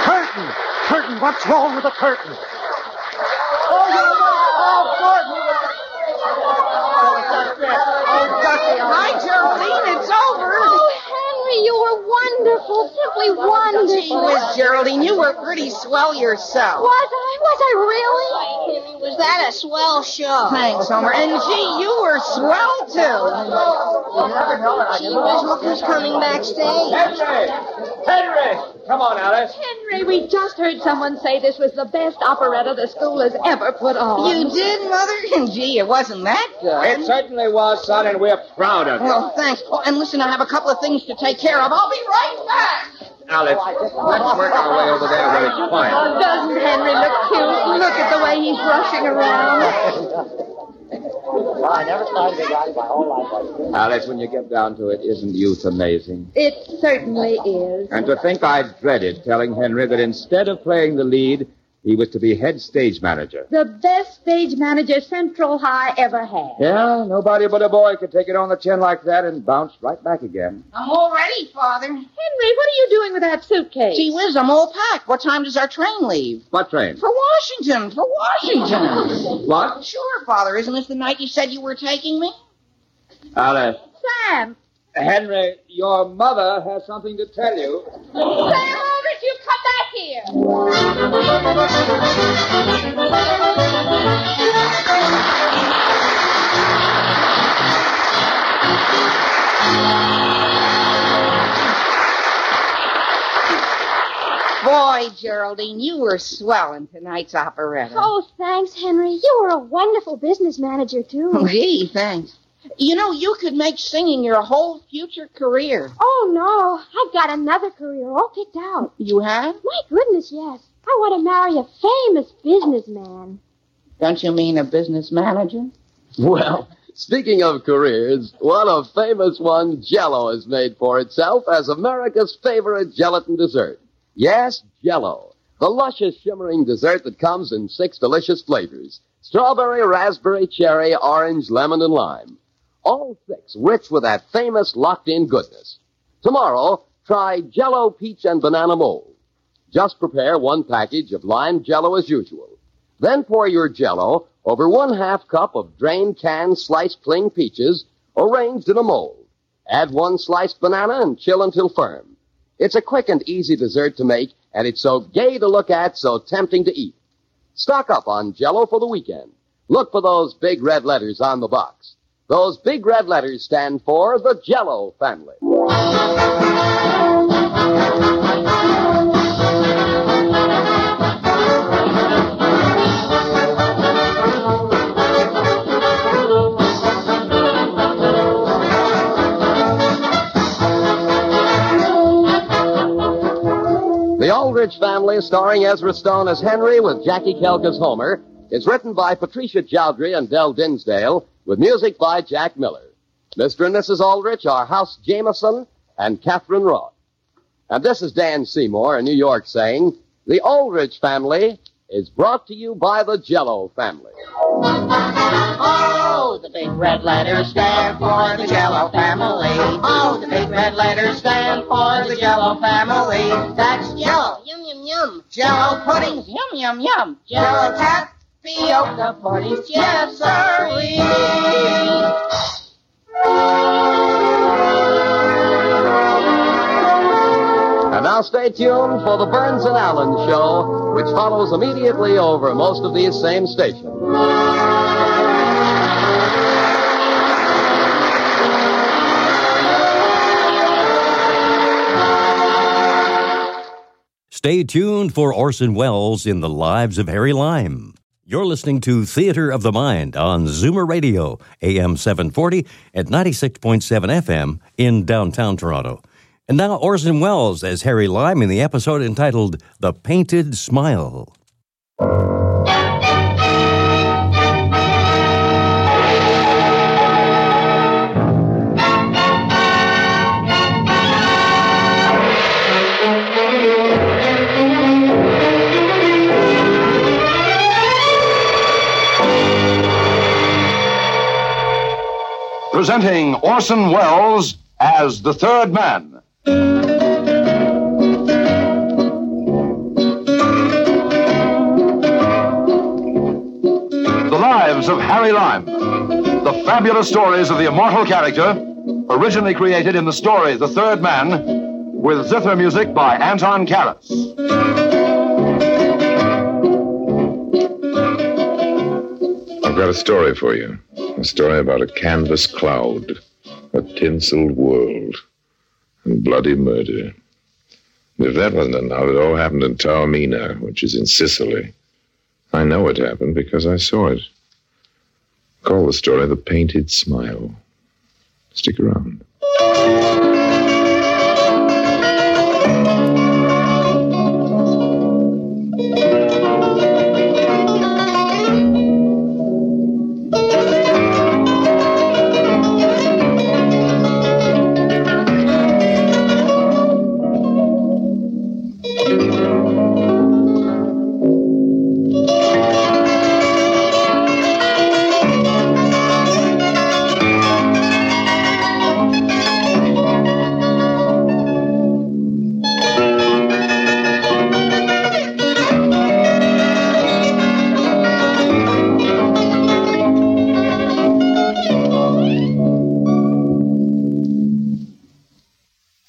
[SPEAKER 9] Curtain! Curtain! What's wrong with the curtain?
[SPEAKER 17] Oh, Oh,
[SPEAKER 5] Hi, Geraldine, it's over.
[SPEAKER 8] Oh, Henry, you were wonderful, simply wonderful.
[SPEAKER 5] Miss Geraldine, you were pretty swell yourself.
[SPEAKER 8] Was I? Was I really?
[SPEAKER 6] Henry, was that a swell show?
[SPEAKER 5] Thanks, Homer. And gee, you were swell too.
[SPEAKER 6] Gee whiz, look who's coming backstage.
[SPEAKER 11] Henry! Henry! Come on, Alice.
[SPEAKER 4] Henry, we just heard someone say this was the best operetta the school has ever put on.
[SPEAKER 5] You did, Mother? (laughs) And gee, it wasn't that good.
[SPEAKER 11] It certainly was, son, and we're proud of you.
[SPEAKER 5] Well, thanks. Oh, and listen, I have a couple of things to take care of. I'll be right back.
[SPEAKER 11] Alice, let's work our way over there where it's quiet.
[SPEAKER 4] Doesn't Henry look cute? Look at the way he's rushing around.
[SPEAKER 9] I never tried to be guided my whole life.
[SPEAKER 11] Alice, when you get down to it, isn't youth amazing?
[SPEAKER 4] It certainly is.
[SPEAKER 11] And to think I dreaded telling Henry that instead of playing the lead, he was to be head stage manager.
[SPEAKER 4] The best stage manager Central High ever had.
[SPEAKER 11] Yeah, nobody but a boy could take it on the chin like that and bounce right back again.
[SPEAKER 5] I'm all ready, Father.
[SPEAKER 4] Henry, what are you doing with that suitcase?
[SPEAKER 5] Gee whiz, I'm all packed. What time does our train leave?
[SPEAKER 11] What train?
[SPEAKER 5] For Washington, for Washington.
[SPEAKER 11] What?
[SPEAKER 5] Sure, Father. Isn't this the night you said you were taking me?
[SPEAKER 11] Alice.
[SPEAKER 4] Sam,
[SPEAKER 11] Henry, your mother has something to tell you.
[SPEAKER 7] Sam Aldrich, you come back here.
[SPEAKER 5] Boy, Geraldine, you were swell in tonight's operetta.
[SPEAKER 8] Oh, thanks, Henry. You were a wonderful business manager, too.
[SPEAKER 5] Gee, thanks. You know, you could make singing your whole future career.
[SPEAKER 8] Oh, no. I've got another career all picked out.
[SPEAKER 5] You have?
[SPEAKER 8] My goodness, yes. I want to marry a famous businessman.
[SPEAKER 5] Don't you mean a business manager?
[SPEAKER 3] Well, speaking of careers, what a famous one Jello has made for itself as America's favorite gelatin dessert. Yes, Jello, the luscious shimmering dessert that comes in six delicious flavors: strawberry, raspberry, cherry, orange, lemon, and lime. All six rich with that famous locked-in goodness. Tomorrow, try Jello peach and banana mold. Just prepare one package of lime Jello as usual. Then pour your jello over one half cup of drained canned sliced plain peaches arranged in a mold. Add one sliced banana and chill until firm. It's a quick and easy dessert to make, and it's so gay to look at, so tempting to eat. Stock up on jello for the weekend. Look for those big red letters on the box. Those big red letters stand for the jello family. The Aldrich Family, starring Ezra Stone as Henry with Jackie Kelk as Homer, is written by Patricia Chowdhury and Del Dinsdale, with music by Jack Miller. Mr. and Mrs. Aldrich are House Jameson and Catherine Roth. And this is Dan Seymour in New York saying, The Aldrich Family is brought to you by the Jello Family.
[SPEAKER 21] Oh, the big red letters stand for the Jello family. Oh, the big red letters stand for the Jello family. That's Jello. Yum yum yum.
[SPEAKER 5] Jello puddings, yum, yum, yum.
[SPEAKER 21] Jello tapioca puddings. Yes, sir. we.
[SPEAKER 3] And
[SPEAKER 22] Now
[SPEAKER 3] now
[SPEAKER 22] stay tuned for the Burns and Allen show, which follows immediately over most of these same stations.
[SPEAKER 2] Stay tuned for Orson Welles in The Lives of Harry Lime. You're listening to Theater of the Mind on Zoomer Radio, AM 740 at 96.7 FM in downtown Toronto. And now Orson Welles as Harry Lime in the episode entitled The Painted Smile.
[SPEAKER 1] Presenting Orson Welles as the third man. The Lives of Harry Lime. The fabulous stories of the immortal character, originally created in the story The Third Man, with zither music by Anton Karas.
[SPEAKER 23] I've got a story for you. A story about a canvas cloud, a tinseled world, and bloody murder. And if that wasn't enough, it all happened in Taormina, which is in Sicily. I know it happened because I saw it. Call the story The Painted Smile. Stick around.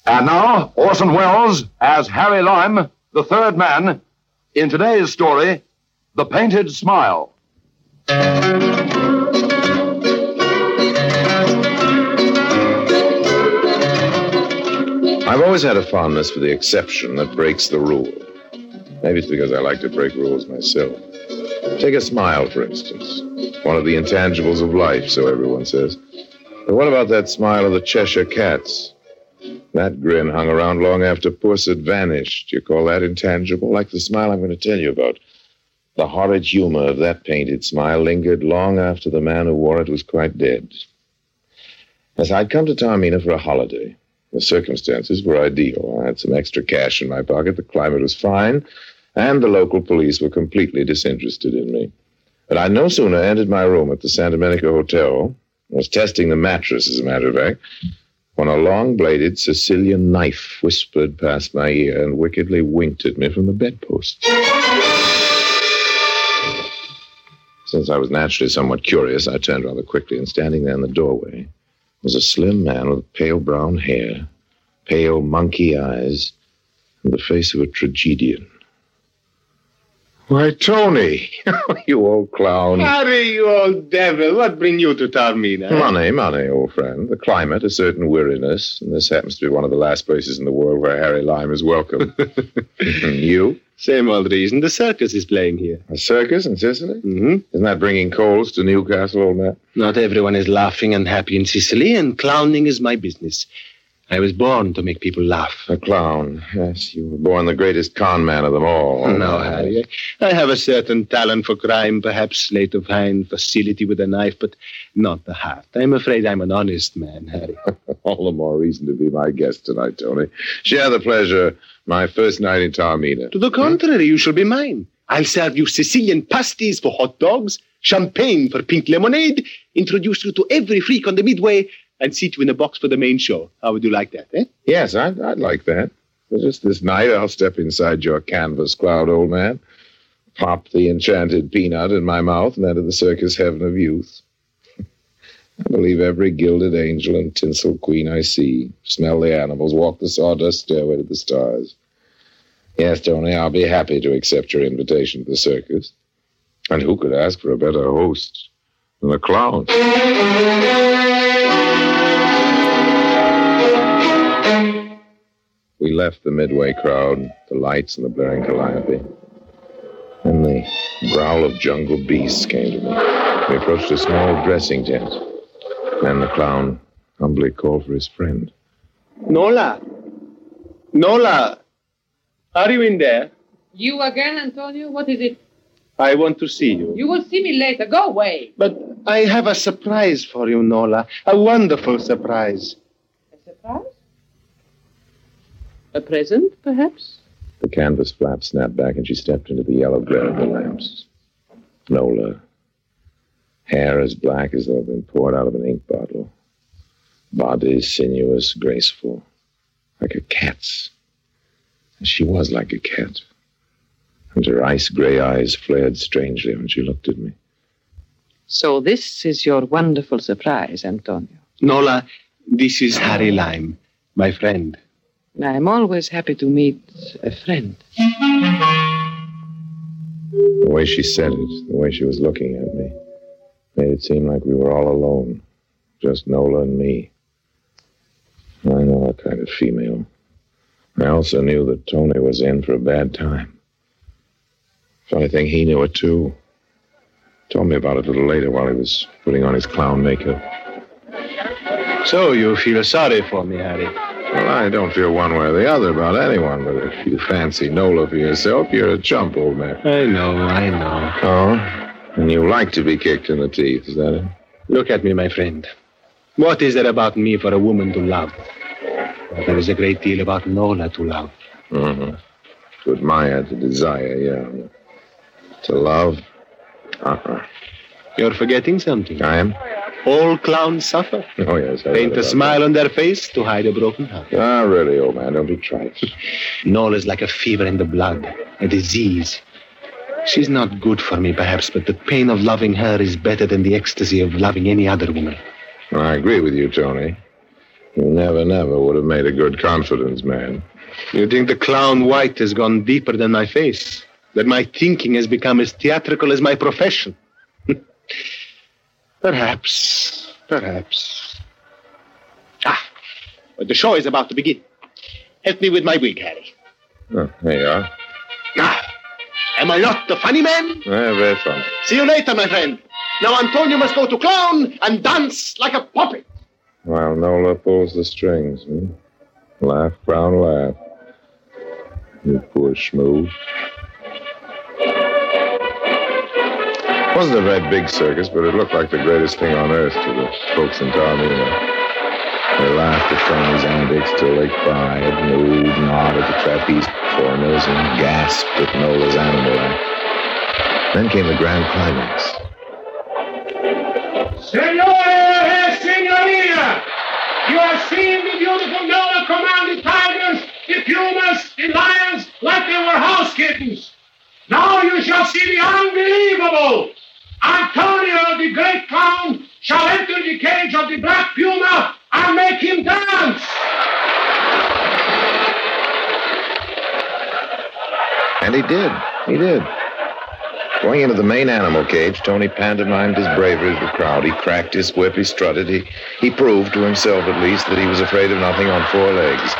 [SPEAKER 1] And now, Orson Welles as Harry Lime, the third man, in today's story, The Painted Smile.
[SPEAKER 23] I've always had a fondness for the exception that breaks the rule. Maybe it's because I like to break rules myself. Take a smile, for instance. One of the intangibles of life, so everyone says. But what about that smile of the Cheshire cats? That grin hung around long after Puss had vanished. You call that intangible? Like the smile I'm going to tell you about. The horrid humor of that painted smile lingered long after the man who wore it was quite dead. As I'd come to Taormina for a holiday, the circumstances were ideal. I had some extra cash in my pocket, the climate was fine, and the local police were completely disinterested in me. But I no sooner entered my room at the San Domenico Hotel, was testing the mattress, as a matter of fact, when a long bladed Sicilian knife whispered past my ear and wickedly winked at me from the bedpost. Since I was naturally somewhat curious, I turned rather quickly, and standing there in the doorway, was a slim man with pale brown hair, pale monkey eyes, and the face of a tragedian. Why, Tony, (laughs) you old clown.
[SPEAKER 24] Harry, you old devil, what bring you to eh? Taormina?
[SPEAKER 23] Money, money, old friend. The climate, a certain weariness, and this happens to be one of the last places in the world where Harry Lime is
[SPEAKER 24] (laughs)
[SPEAKER 23] welcome. you?
[SPEAKER 24] Same old reason. The circus is playing here.
[SPEAKER 23] A circus in Sicily? Mm-hmm. Isn't that bringing coals to Newcastle, old man?
[SPEAKER 24] Not everyone is laughing and happy in Sicily, and clowning is my business. I was born to make people laugh.
[SPEAKER 23] A clown. Yes, you were born the greatest con man of them all.
[SPEAKER 24] No, Harry. I have a certain talent for crime, perhaps sleight of hand, facility with a knife, but not the heart. I'm afraid I'm an honest man, Harry.
[SPEAKER 23] (laughs) All the more reason to be my guest tonight, Tony. Share the pleasure. My first night in Taormina.
[SPEAKER 24] To the contrary, you shall be mine. I'll serve you Sicilian pasties for hot dogs, champagne for pink lemonade, introduce you to every freak on the midway, and seat you in a box for the main show. How would you like that, eh?
[SPEAKER 23] Yes, I'd, I'd like that. But just this night, I'll step inside your canvas cloud, old man, pop the enchanted peanut in my mouth, and enter the circus heaven of youth. I believe every gilded angel and tinsel queen I see, smell the animals, walk the sawdust stairway to the stars. Yes, Tony, I'll be happy to accept your invitation to the circus. And who could ask for a better host than a clown? We left the midway crowd, the lights and the blaring calliope. Then the growl of jungle beasts came to me. We approached a small dressing tent. Then the clown humbly called for his friend.
[SPEAKER 24] Nola. Nola. Are you in there?
[SPEAKER 25] You again, Antonio? What is it?
[SPEAKER 24] I want to see you.
[SPEAKER 25] You will see me later. Go away.
[SPEAKER 24] But I have a surprise for you, Nola. A wonderful surprise.
[SPEAKER 25] Surprise? A present, perhaps?
[SPEAKER 23] The canvas flap snapped back and she stepped into the yellow glare of the lamps. Nola. Hair as black as though it had been poured out of an ink bottle. Body sinuous, graceful, like a cat's. And she was like a cat. And her ice gray eyes flared strangely when she looked at me.
[SPEAKER 25] So this is your wonderful surprise, Antonio.
[SPEAKER 24] Nola, this is Harry Lime, my friend.
[SPEAKER 25] I'm always happy to meet a friend.
[SPEAKER 23] The way she said it, the way she was looking at me, made it seem like we were all alone. Just Nola and me. I know that kind of female. I also knew that Tony was in for a bad time. Funny thing, he knew it too. Told me about it a little later while he was putting on his clown makeup.
[SPEAKER 24] So you feel sorry for me, Harry?
[SPEAKER 23] Well, I don't feel one way or the other about anyone, but if you fancy Nola for yourself, you're a chump, old man.
[SPEAKER 24] I know, I know.
[SPEAKER 23] Oh? And you like to be kicked in the teeth, is that it?
[SPEAKER 24] Look at me, my friend. What is there about me for a woman to love? There is a great deal about Nola to love.
[SPEAKER 23] Mm-hmm. To admire, to desire, yeah. To love? Uh-uh.
[SPEAKER 24] You're forgetting something.
[SPEAKER 23] I am?
[SPEAKER 24] All clowns suffer.
[SPEAKER 23] (laughs) Oh, yes. I read
[SPEAKER 24] Paint a
[SPEAKER 23] about
[SPEAKER 24] smile on their face to hide a broken heart.
[SPEAKER 23] that. Ah, really, old man, don't be trite.
[SPEAKER 24] (laughs) Nola is like a fever in the blood, a disease. She's not good for me, perhaps, but the pain of loving her is better than the ecstasy of loving any other woman.
[SPEAKER 23] I agree with you, Tony. You never, never would have made a good confidence man.
[SPEAKER 24] You think the clown white has gone deeper than my face? That my thinking has become as theatrical as my profession? (laughs) perhaps. Perhaps. Ah, but the show is about to begin. Help me with my wig, Harry. Ah,
[SPEAKER 23] Oh, there you are.
[SPEAKER 24] Am I not the funny man?
[SPEAKER 23] Ah, very funny.
[SPEAKER 24] See you later, my friend. Now Antonio must go to clown and dance like a puppet.
[SPEAKER 23] While Nola pulls the strings, hmm? Laugh, frown, laugh. You poor schmoo. Wasn't a very big circus, but it looked like the greatest thing on earth to the folks in town. You know. They laughed at Tony's antics till they cried, mooed, nodded at the trapeze performers, and gasped at Nola's animal act. Then came the grand climax.
[SPEAKER 7] Senora, senorita, you have seen the beautiful Nola command the tigers, the pumas, the lions like they were house kittens. Now you shall see the unbelievable. Antonio, the great clown, shall enter the cage of the black puma and make him dance.
[SPEAKER 23] And he did. He did. Going into the main animal cage, Tony pantomimed his bravery to the crowd. He cracked his whip, he strutted, he, he proved to himself at least that he was afraid of nothing on four legs.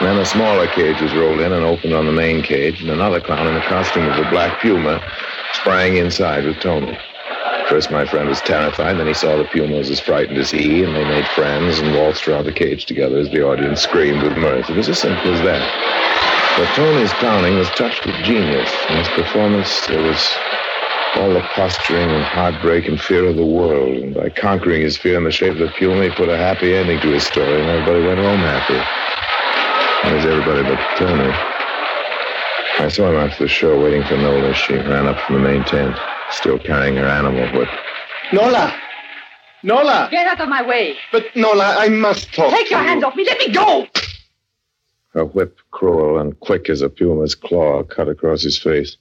[SPEAKER 23] And then a smaller cage was rolled in and opened on the main cage, and another clown in the costume of a black puma sprang inside with Tony. First, my friend was terrified, then he saw the puma was as frightened as he, and they made friends and waltzed around the cage together as the audience screamed with mirth. It was as simple as that. But Tony's clowning was touched with genius. In his performance, there was all the posturing and heartbreak and fear of the world. And by conquering his fear in the shape of the puma, he put a happy ending to his story, and everybody went home happy. That was everybody but Tony. I saw him after the show waiting for Nola. She ran up from the main tent, still carrying her animal whip.
[SPEAKER 24] Nola! Nola!
[SPEAKER 25] Get out of my way.
[SPEAKER 24] But Nola, I must talk.
[SPEAKER 25] Take your hands off me. Let me go.
[SPEAKER 23] Her whip, cruel and quick as a puma's claw, cut across his face.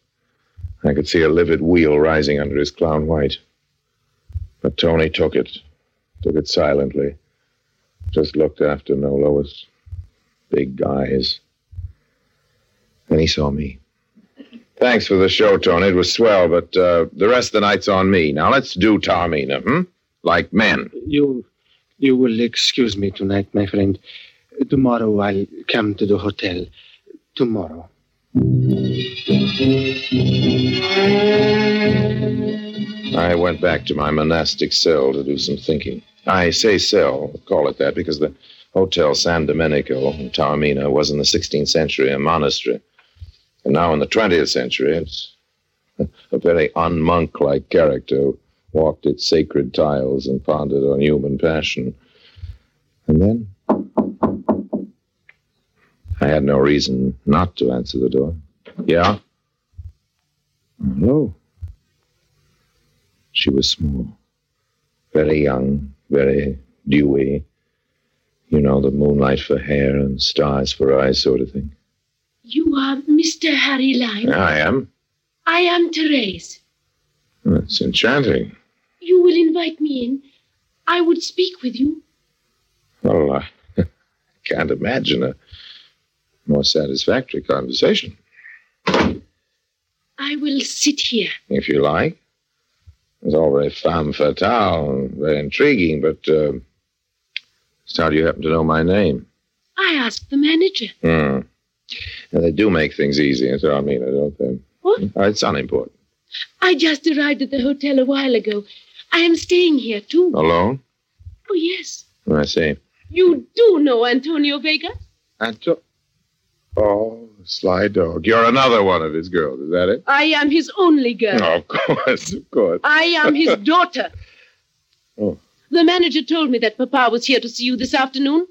[SPEAKER 23] I could see a livid wheal rising under his clown white. But Tony took it, took it silently. Just looked after Nola with big eyes. Then he saw me. Thanks for the show, Tony. It was swell, but uh, the rest of the night's on me. Now let's do Tarmina, hmm? Like men.
[SPEAKER 3] You, you will excuse me tonight, my friend. Tomorrow I'll come to the hotel. Tomorrow.
[SPEAKER 23] I went back to my monastic cell to do some thinking. I say cell, call it that, because the Hotel San Domenico in Taormina was in the 16th century a monastery. And now in the 20th century, it's (laughs) a very unmonk like character walked its sacred tiles and pondered on human passion. And then I had no reason not to answer the door. Yeah? Hello. She was small, very young, very dewy. You know, the moonlight for hair and stars for eyes sort of thing.
[SPEAKER 12] You are Mr. Harry Lyme.
[SPEAKER 23] I am.
[SPEAKER 12] I am Therese.
[SPEAKER 23] That's enchanting.
[SPEAKER 12] You will invite me in. I would speak with you.
[SPEAKER 23] Well, I (laughs) can't imagine a more satisfactory conversation,
[SPEAKER 12] I will sit here.
[SPEAKER 23] if you like. It's all very femme fatale and very intriguing, but uh, just how do you happen to know my name?
[SPEAKER 12] I ask the manager.
[SPEAKER 23] Hmm. Now, they do make things easy in Taormina, don't they?
[SPEAKER 12] What?
[SPEAKER 23] Uh, it's unimportant.
[SPEAKER 12] I just arrived at the hotel a while ago. I am staying here, too.
[SPEAKER 23] Alone?
[SPEAKER 12] Oh, yes.
[SPEAKER 23] I see.
[SPEAKER 12] You do know Antonio Vega?
[SPEAKER 23] I took. Oh, sly dog. You're another one of his girls, is that it? (laughs)
[SPEAKER 12] I am his only girl.
[SPEAKER 23] Oh, of course, of course.
[SPEAKER 12] I am his daughter.
[SPEAKER 23] Oh.
[SPEAKER 12] The manager told me that Papa was here to see you this afternoon.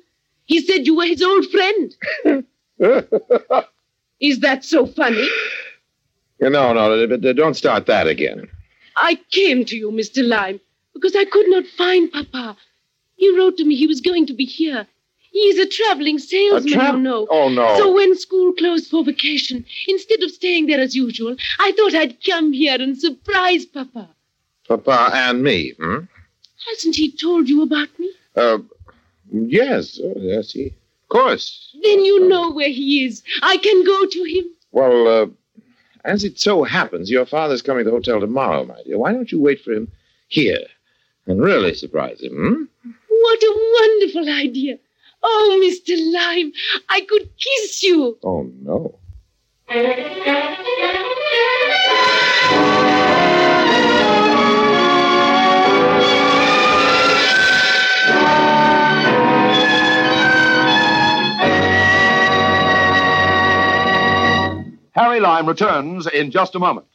[SPEAKER 12] He said you were his old friend. Is that so funny?
[SPEAKER 23] No, no, but, uh, don't start that again.
[SPEAKER 12] I came to you, Mr. Lyme, because I could not find Papa. He wrote to me he was going to be here. He is a traveling salesman,
[SPEAKER 23] trav-
[SPEAKER 12] you know.
[SPEAKER 23] Oh, no.
[SPEAKER 12] So when school closed for vacation, instead of staying there as usual, I thought I'd come here and surprise Papa.
[SPEAKER 23] Papa and me, hmm?
[SPEAKER 12] Hasn't he told you about me?
[SPEAKER 23] Uh, yes, oh, yes, he. Of course.
[SPEAKER 12] Then you know where he is. I can go to him.
[SPEAKER 23] Well, uh, as it so happens, your father's coming to the hotel tomorrow, my dear. Why don't you wait for him here and really surprise him, hmm?
[SPEAKER 12] What a wonderful idea. Oh, Mr. Lyme, I could kiss you.
[SPEAKER 23] Oh, no.
[SPEAKER 1] Harry Lime returns in just a moment.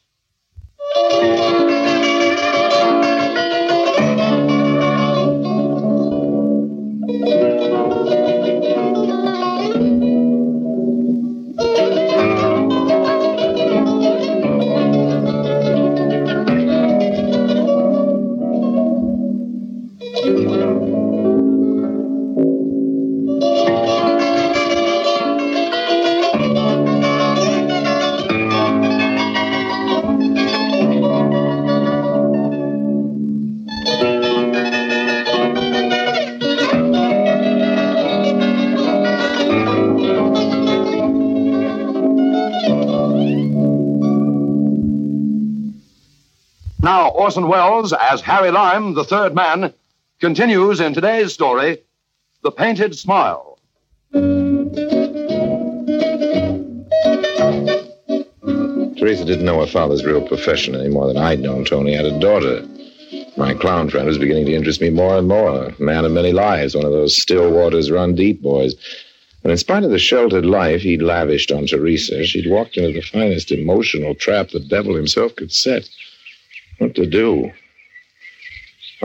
[SPEAKER 1] Now, Orson Welles, as Harry Lime, the third man, continues in today's story The Painted Smile.
[SPEAKER 23] Teresa didn't know her father's real profession any more than I'd known Tony had a daughter. My clown friend was beginning to interest me more and more. A man of many lives, one of those still waters run deep boys. And in spite of the sheltered life he'd lavished on Teresa, she'd walked into the finest emotional trap the devil himself could set. What to do?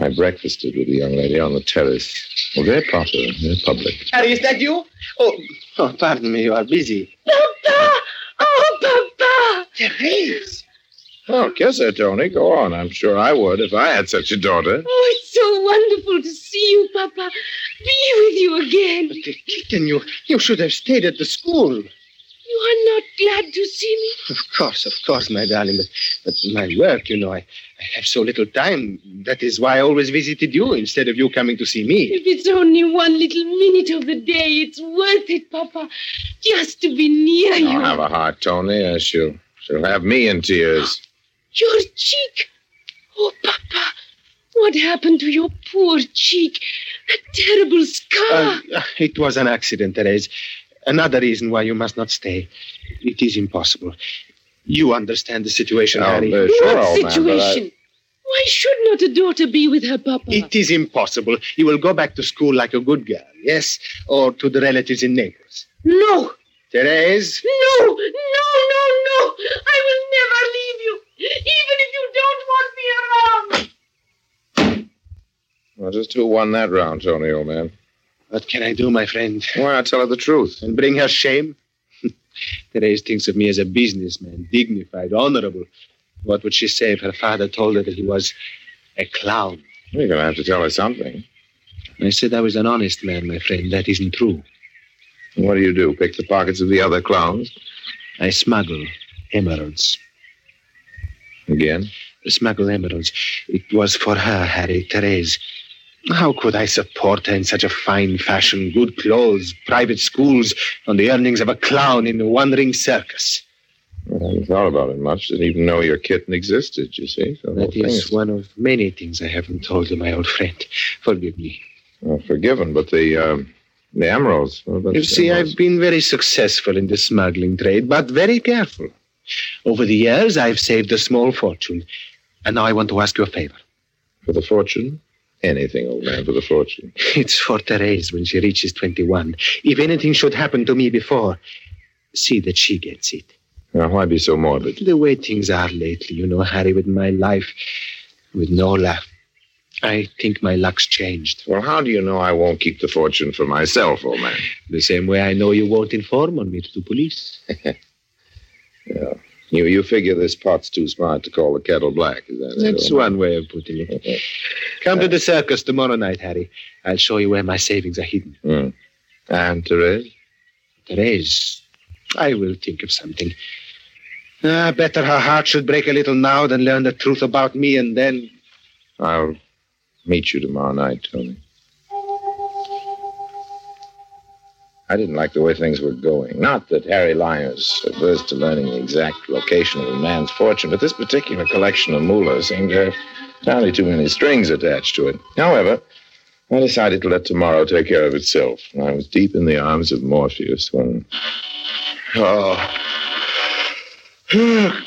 [SPEAKER 23] I breakfasted with the young lady on the terrace. Well, they're proper, they're public.
[SPEAKER 3] Harry, is that you? Oh, oh, pardon me, you are busy.
[SPEAKER 12] Papa! Oh, Papa!
[SPEAKER 3] Therese!
[SPEAKER 23] Oh, kiss her, Tony. Go on. I'm sure I would if I had such a daughter.
[SPEAKER 12] Oh, it's so wonderful to see you, Papa. Be with you again.
[SPEAKER 3] Keaton, you, you should have stayed at the school.
[SPEAKER 12] You are not glad to see me?
[SPEAKER 24] Of course, of course, my darling. But, but my work, you know, I, I have so little time. That is why I always visited you instead of you coming to see me.
[SPEAKER 12] If it's only one little minute of the day, it's worth it, Papa. Just to be near
[SPEAKER 23] I'll
[SPEAKER 12] you.
[SPEAKER 23] have a heart, Tony, or she'll, she'll have me in tears.
[SPEAKER 12] Your cheek. Oh, Papa. What happened to your poor cheek? That terrible scar.
[SPEAKER 24] Uh, (sighs) it was an accident, Therese. Another reason why you must not stay. It is impossible. You understand the
[SPEAKER 12] Oh,
[SPEAKER 24] situation, Harry.
[SPEAKER 23] uh,
[SPEAKER 12] what situation? Why should not a daughter be with her papa?
[SPEAKER 24] It is impossible. You will go back to school like a good girl, yes? Or to the relatives and neighbors.
[SPEAKER 12] No!
[SPEAKER 24] Therese?
[SPEAKER 12] No! No, no, no! I will never leave you, even if you don't want me around.
[SPEAKER 23] Well, just who won that round, Tony, old man?
[SPEAKER 24] What can I do, my friend?
[SPEAKER 23] Why not tell her the truth?
[SPEAKER 24] And bring her shame? (laughs) Therese thinks of me as a businessman, dignified, honorable. What would she say if her father told her that he was a clown?
[SPEAKER 23] You're going to have to tell her something.
[SPEAKER 24] I said I was an honest man, my friend. That isn't true.
[SPEAKER 23] What do you do? Pick the pockets of the other clowns?
[SPEAKER 24] I smuggle emeralds.
[SPEAKER 23] Again?
[SPEAKER 24] Smuggle emeralds. It was for her, Harry, Therese. How could I support her in such a fine fashion, good clothes, private schools, on the earnings of a clown in a one ring circus?
[SPEAKER 23] I hadn't thought about it much. Didn't even know your kitten existed, you see. So the
[SPEAKER 24] That
[SPEAKER 23] whole thing
[SPEAKER 24] is one of many things I haven't told you, my old friend. Forgive me.
[SPEAKER 23] well, forgiven, but the, um, the emeralds. what about
[SPEAKER 24] You
[SPEAKER 23] the
[SPEAKER 24] see,
[SPEAKER 23] emeralds?
[SPEAKER 24] I've been very successful in the smuggling trade, but very careful. Over the years, I've saved a small fortune. And now I want to ask you a favor.
[SPEAKER 23] For the fortune? Anything, old man, for the fortune.
[SPEAKER 24] (laughs) It's for Therese when she reaches 21. If anything should happen to me before, see that she gets it.
[SPEAKER 23] Now, why be so morbid?
[SPEAKER 24] The way things are lately, you know, Harry, with my life, with Nola, I think my luck's changed.
[SPEAKER 23] Well, how do you know I won't keep the fortune for myself, old man?
[SPEAKER 24] The same way I know you won't inform on me to the (laughs) police.
[SPEAKER 23] Yeah. You, you figure this pot's too smart to call the kettle black, is that it?
[SPEAKER 24] That's one way of putting it. Come to the circus tomorrow night, Harry. I'll show you where my savings are hidden.
[SPEAKER 23] Hmm. And Therese?
[SPEAKER 24] Therese, I will think of something. Ah, better her heart should break a little now than learn the truth about me and then.
[SPEAKER 23] I'll meet you tomorrow night, Tony. I didn't like the way things were going. Not that Harry Lyon is averse to learning the exact location of a man's fortune, but this particular collection of moolah seemed to have entirely too many strings attached to it. However, I decided to let tomorrow take care of itself. And I was deep in the arms of Morpheus when. Oh. (sighs)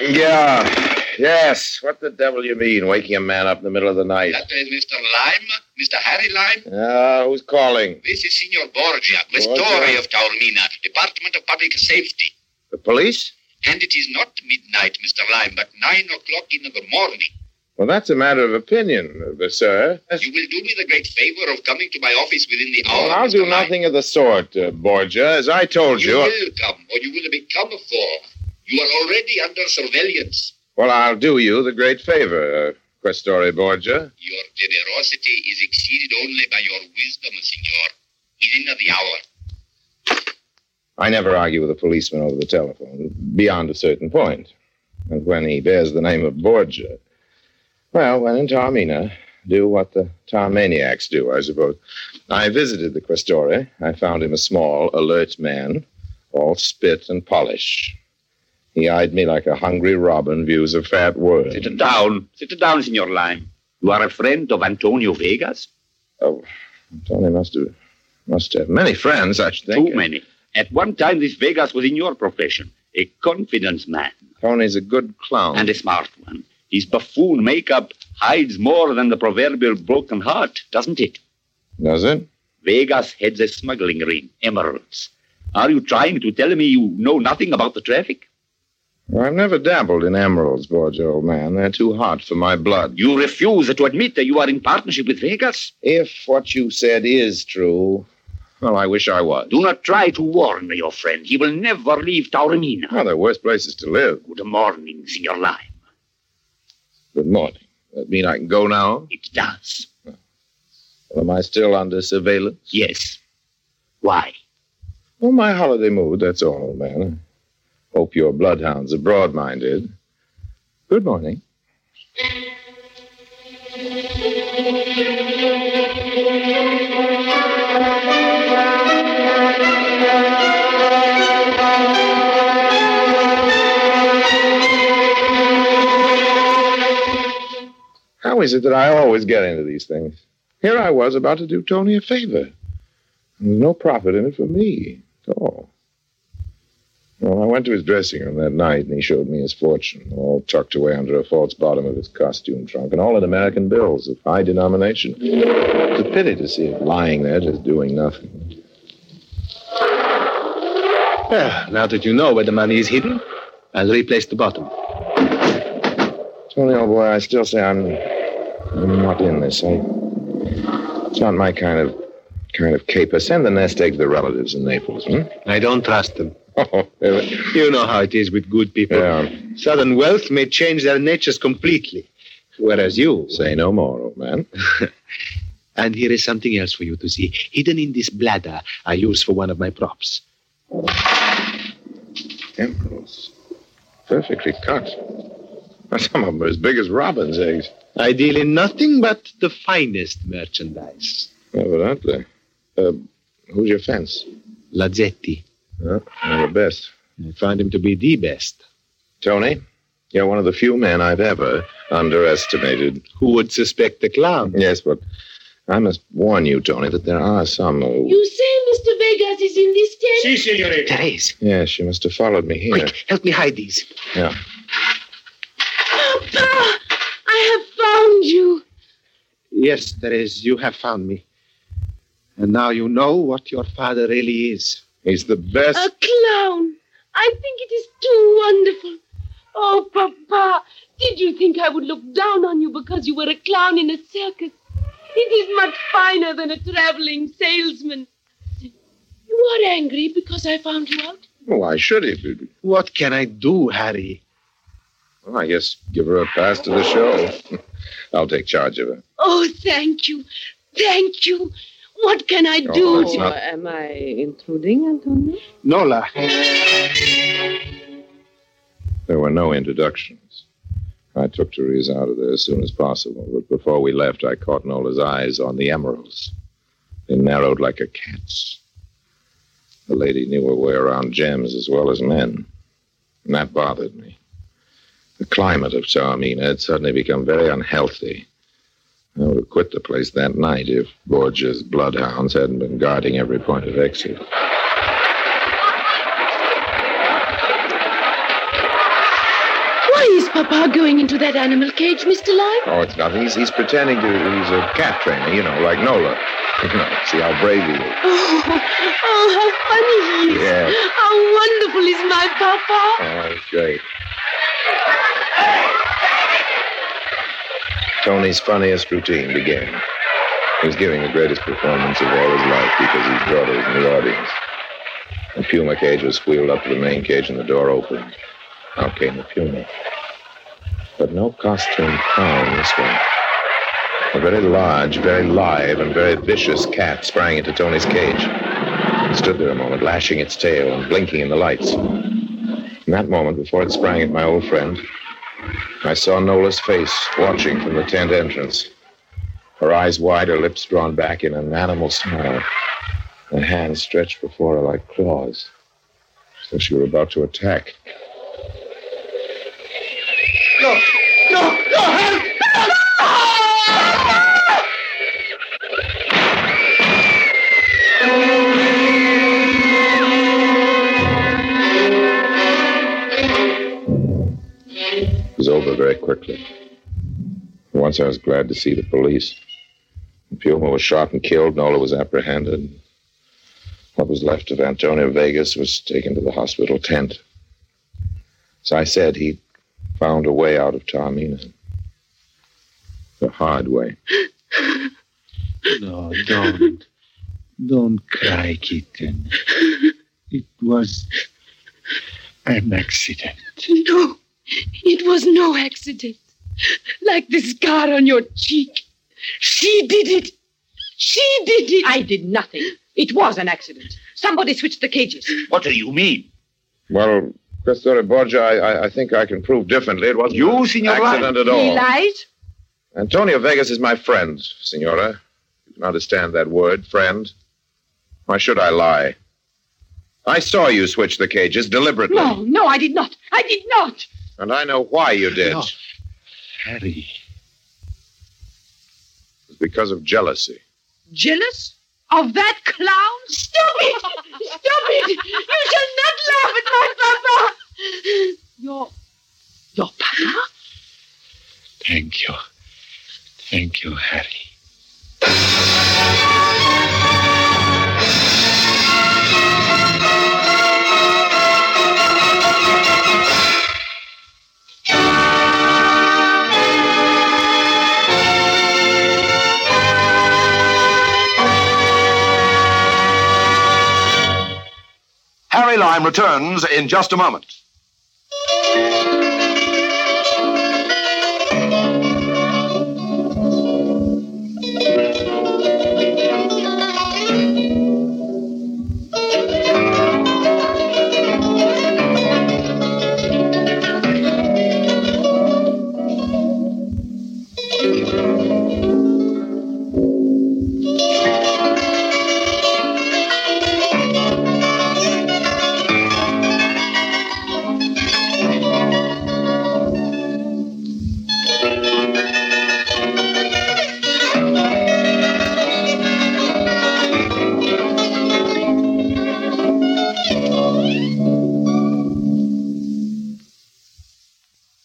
[SPEAKER 23] yeah. Yes. What the devil you mean, waking a man up in the middle of the night?
[SPEAKER 13] That is Mr. Lime, Mr. Harry Lime.
[SPEAKER 23] Ah, who's calling?
[SPEAKER 13] This is Signor Borgia, Questore of Taormina, Department of Public Safety.
[SPEAKER 23] The police?
[SPEAKER 13] And it is not midnight, Mr. Lime, but nine o'clock in the morning.
[SPEAKER 23] Well, that's a matter of opinion, uh, sir.
[SPEAKER 13] You will do me the great favor of coming to my office within the hour.
[SPEAKER 23] Well, I'll do nothing of the sort, uh, Borgia. As I told you.
[SPEAKER 13] will come, or you will become a fool. You are already under surveillance.
[SPEAKER 23] Well, I'll do you the great favor, uh, Questore Borgia.
[SPEAKER 13] Your generosity is exceeded only by your wisdom, Signor. Within the hour.
[SPEAKER 23] I never argue with a policeman over the telephone, beyond a certain point. And when he bears the name of Borgia. Well, when in Tarmina, do what the Tarmaniacs do, I suppose. I visited the Questore. I found him a small, alert man, all spit and polish. He eyed me like a hungry robin views a fat worm.
[SPEAKER 14] Sit down. Sit down, Signor Lime. You are a friend of Antonio Vegas?
[SPEAKER 23] Oh, Tony must have must have many friends, I should think.
[SPEAKER 14] Too many. At one time, this Vegas was in your profession, a confidence man.
[SPEAKER 23] Tony's a good clown.
[SPEAKER 14] And a smart one. His buffoon makeup hides more than the proverbial broken heart, doesn't it?
[SPEAKER 23] Does it?
[SPEAKER 14] Vegas heads a smuggling ring, emeralds. Are you trying to tell me you know nothing about the traffic?
[SPEAKER 23] Well, I've never dabbled in emeralds, Borgia, old man. They're too hot for my blood.
[SPEAKER 14] You refuse to admit that you are in partnership with Vegas?
[SPEAKER 23] If what you said is true, well, I wish I was.
[SPEAKER 14] Do not try to warn your friend. He will never leave Taormina.
[SPEAKER 23] Oh, there are worse places to live.
[SPEAKER 14] Good morning, Signor Lime.
[SPEAKER 23] Good morning. That mean I can go now?
[SPEAKER 14] It does.
[SPEAKER 23] Well, am I still under surveillance?
[SPEAKER 14] Yes. Why?
[SPEAKER 23] Well, my holiday mood, that's all, old man. Hope your bloodhounds are broad minded. Good morning. How is it that I always get into these things? Here I was about to do Tony a favor. There's no profit in it for me at all. Well, I went to his dressing room that night, and he showed me his fortune, all tucked away under a false bottom of his costume trunk, and all in American bills of high denomination. It's a pity to see it lying there just doing nothing.
[SPEAKER 24] Well, now that you know where the money is hidden, I'll replace the bottom.
[SPEAKER 23] Tony, old boy, I still say I'm, I'm not in this. I, it's not my kind of kind of caper. Send the nest egg to the relatives in Naples, hmm?
[SPEAKER 24] I don't trust (laughs) them.
[SPEAKER 23] Oh, really?
[SPEAKER 24] You know how it is with good people. Sudden wealth may change their natures completely. Whereas you.
[SPEAKER 23] Say no more, old man.
[SPEAKER 24] (laughs) and here is something else for you to see. Hidden in this bladder I use for one of my props.
[SPEAKER 23] Emeralds. Perfectly cut. Well, Some of them are as big as robin's eggs.
[SPEAKER 24] I deal in nothing but the finest merchandise.
[SPEAKER 23] Evidently. Uh, who's your fence?
[SPEAKER 24] Lazzetti.
[SPEAKER 23] Huh? One of the best.
[SPEAKER 24] I find him to be the best.
[SPEAKER 23] Tony, you're one of the few men I've ever underestimated.
[SPEAKER 24] Who would suspect the clown?
[SPEAKER 23] Yes, but I must warn you, Tony, that there are some who.
[SPEAKER 12] You say Mr. Vegas is in this tent?
[SPEAKER 24] Si, senorita. Therese,
[SPEAKER 23] Yes, she must have followed me here.
[SPEAKER 24] help me hide these.
[SPEAKER 23] Yeah.
[SPEAKER 12] Papa, I have found you.
[SPEAKER 24] Yes, Therese, you have found me. And now you know what your father really is.
[SPEAKER 23] He's the best.
[SPEAKER 12] (laughs) A clown. I think it is too wonderful. Oh, Papa, did you think I would look down on you because you were a clown in a circus? It is much finer than a traveling salesman. You are angry because I found you out?
[SPEAKER 23] Why should he?
[SPEAKER 24] What can I do, Harry?
[SPEAKER 23] Well, I guess give her a pass to the show. (laughs) I'll take charge of her.
[SPEAKER 12] Oh, thank you. Thank you. What can I
[SPEAKER 23] Oh,
[SPEAKER 12] do?
[SPEAKER 23] it's not-
[SPEAKER 12] Am I intruding, Antonio?
[SPEAKER 24] Nola.
[SPEAKER 23] There were no introductions. I took Therese out of there as soon as possible, but before we left, I caught Nola's eyes on the emeralds. They narrowed like a cat's. The lady knew her way around gems as well as men, and that bothered me. The climate of Taormina had suddenly become very unhealthy. I would have quit the place that night if Borgia's bloodhounds hadn't been guarding every point of exit.
[SPEAKER 12] Why is Papa going into that animal cage, Mr. Lyme?
[SPEAKER 23] Oh, it's nothing. He's, he's pretending to. He's a cat trainer, you know, like Nola. (laughs) You know, see how brave he is.
[SPEAKER 12] Oh, oh, how funny he is.
[SPEAKER 23] Yes.
[SPEAKER 12] How wonderful is my Papa.
[SPEAKER 23] Oh, that's great. Tony's funniest routine began. He was giving the greatest performance of all his life because his daughter was in the audience. The puma cage was wheeled up to the main cage and the door opened. Out came the puma. But no costume clown this one. A very large, very live, and very vicious cat sprang into Tony's cage. It stood there a moment, lashing its tail and blinking in the lights. In that moment, before it sprang at my old friend, I saw Nola's face watching from the tent entrance. Her eyes wide, her lips drawn back in an animal smile, her hands stretched before her like claws, as though she were about to attack.
[SPEAKER 18] No, no, no, help!
[SPEAKER 23] It was over very quickly. For once I was glad to see the police. The Puma was shot and killed. Nola was apprehended. What was left of Antonio Vegas was taken to the hospital tent. As I said, he found a way out of Taormina. The hard way.
[SPEAKER 24] No, don't. Don't cry, kitten. It was an accident.
[SPEAKER 12] No, it was no accident. Like the scar on your cheek. She did it. She did it.
[SPEAKER 4] I did nothing. It was an accident.
[SPEAKER 7] Somebody switch the cages.
[SPEAKER 24] What do you mean?
[SPEAKER 23] Well, Questore Borgia, I, I, I think I can prove differently. It wasn't you,
[SPEAKER 24] Signor
[SPEAKER 23] accident at all.
[SPEAKER 7] He lies?
[SPEAKER 23] Antonio Vegas is my friend, Signora. You can understand that word, friend. Why should I lie? I saw you switch the cages deliberately,
[SPEAKER 7] No, no, I did not. I did not.
[SPEAKER 23] and I know why you did.
[SPEAKER 24] No.
[SPEAKER 23] Harry. It's because of jealousy.
[SPEAKER 7] Jealous of that clown? Stop it! Stop it! You shall not laugh at my papa! Your, your papa?
[SPEAKER 24] Thank you. Thank you, Harry.
[SPEAKER 26] Harry Lime returns in just a moment.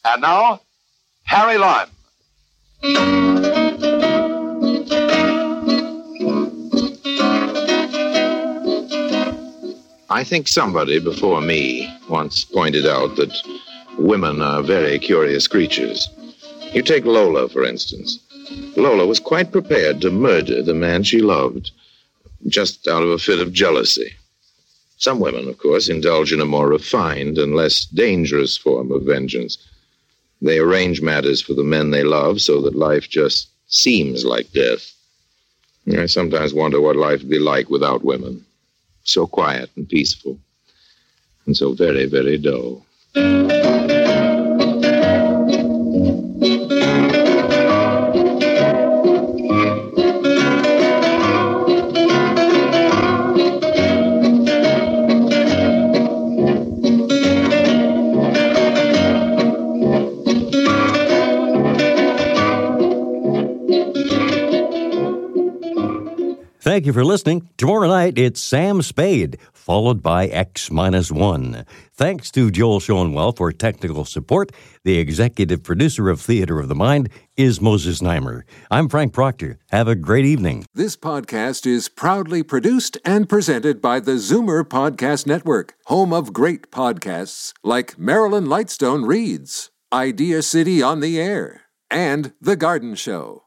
[SPEAKER 26] And now, Harry Lime.
[SPEAKER 23] I think somebody before me once pointed out that women are very curious creatures. You take Lola, for instance. Lola was quite prepared to murder the man she loved just out of a fit of jealousy. Some women, of course, indulge in a more refined and less dangerous form of vengeance. They arrange matters for the men they love so that life just seems like death. I sometimes wonder what life would be like without women so quiet and peaceful, and so very, very dull.
[SPEAKER 2] Thank you for listening. Tomorrow night, it's Sam Spade, followed by X minus one. Thanks to Joel Schoenwell for technical support. The executive producer of Theater of the Mind is Moses Neimer. I'm Frank Proctor. Have a great evening.
[SPEAKER 27] This podcast is proudly produced and presented by the Zoomer Podcast Network, home of great podcasts like Marilyn Lightstone Reads, Idea City on the Air, and The Garden Show.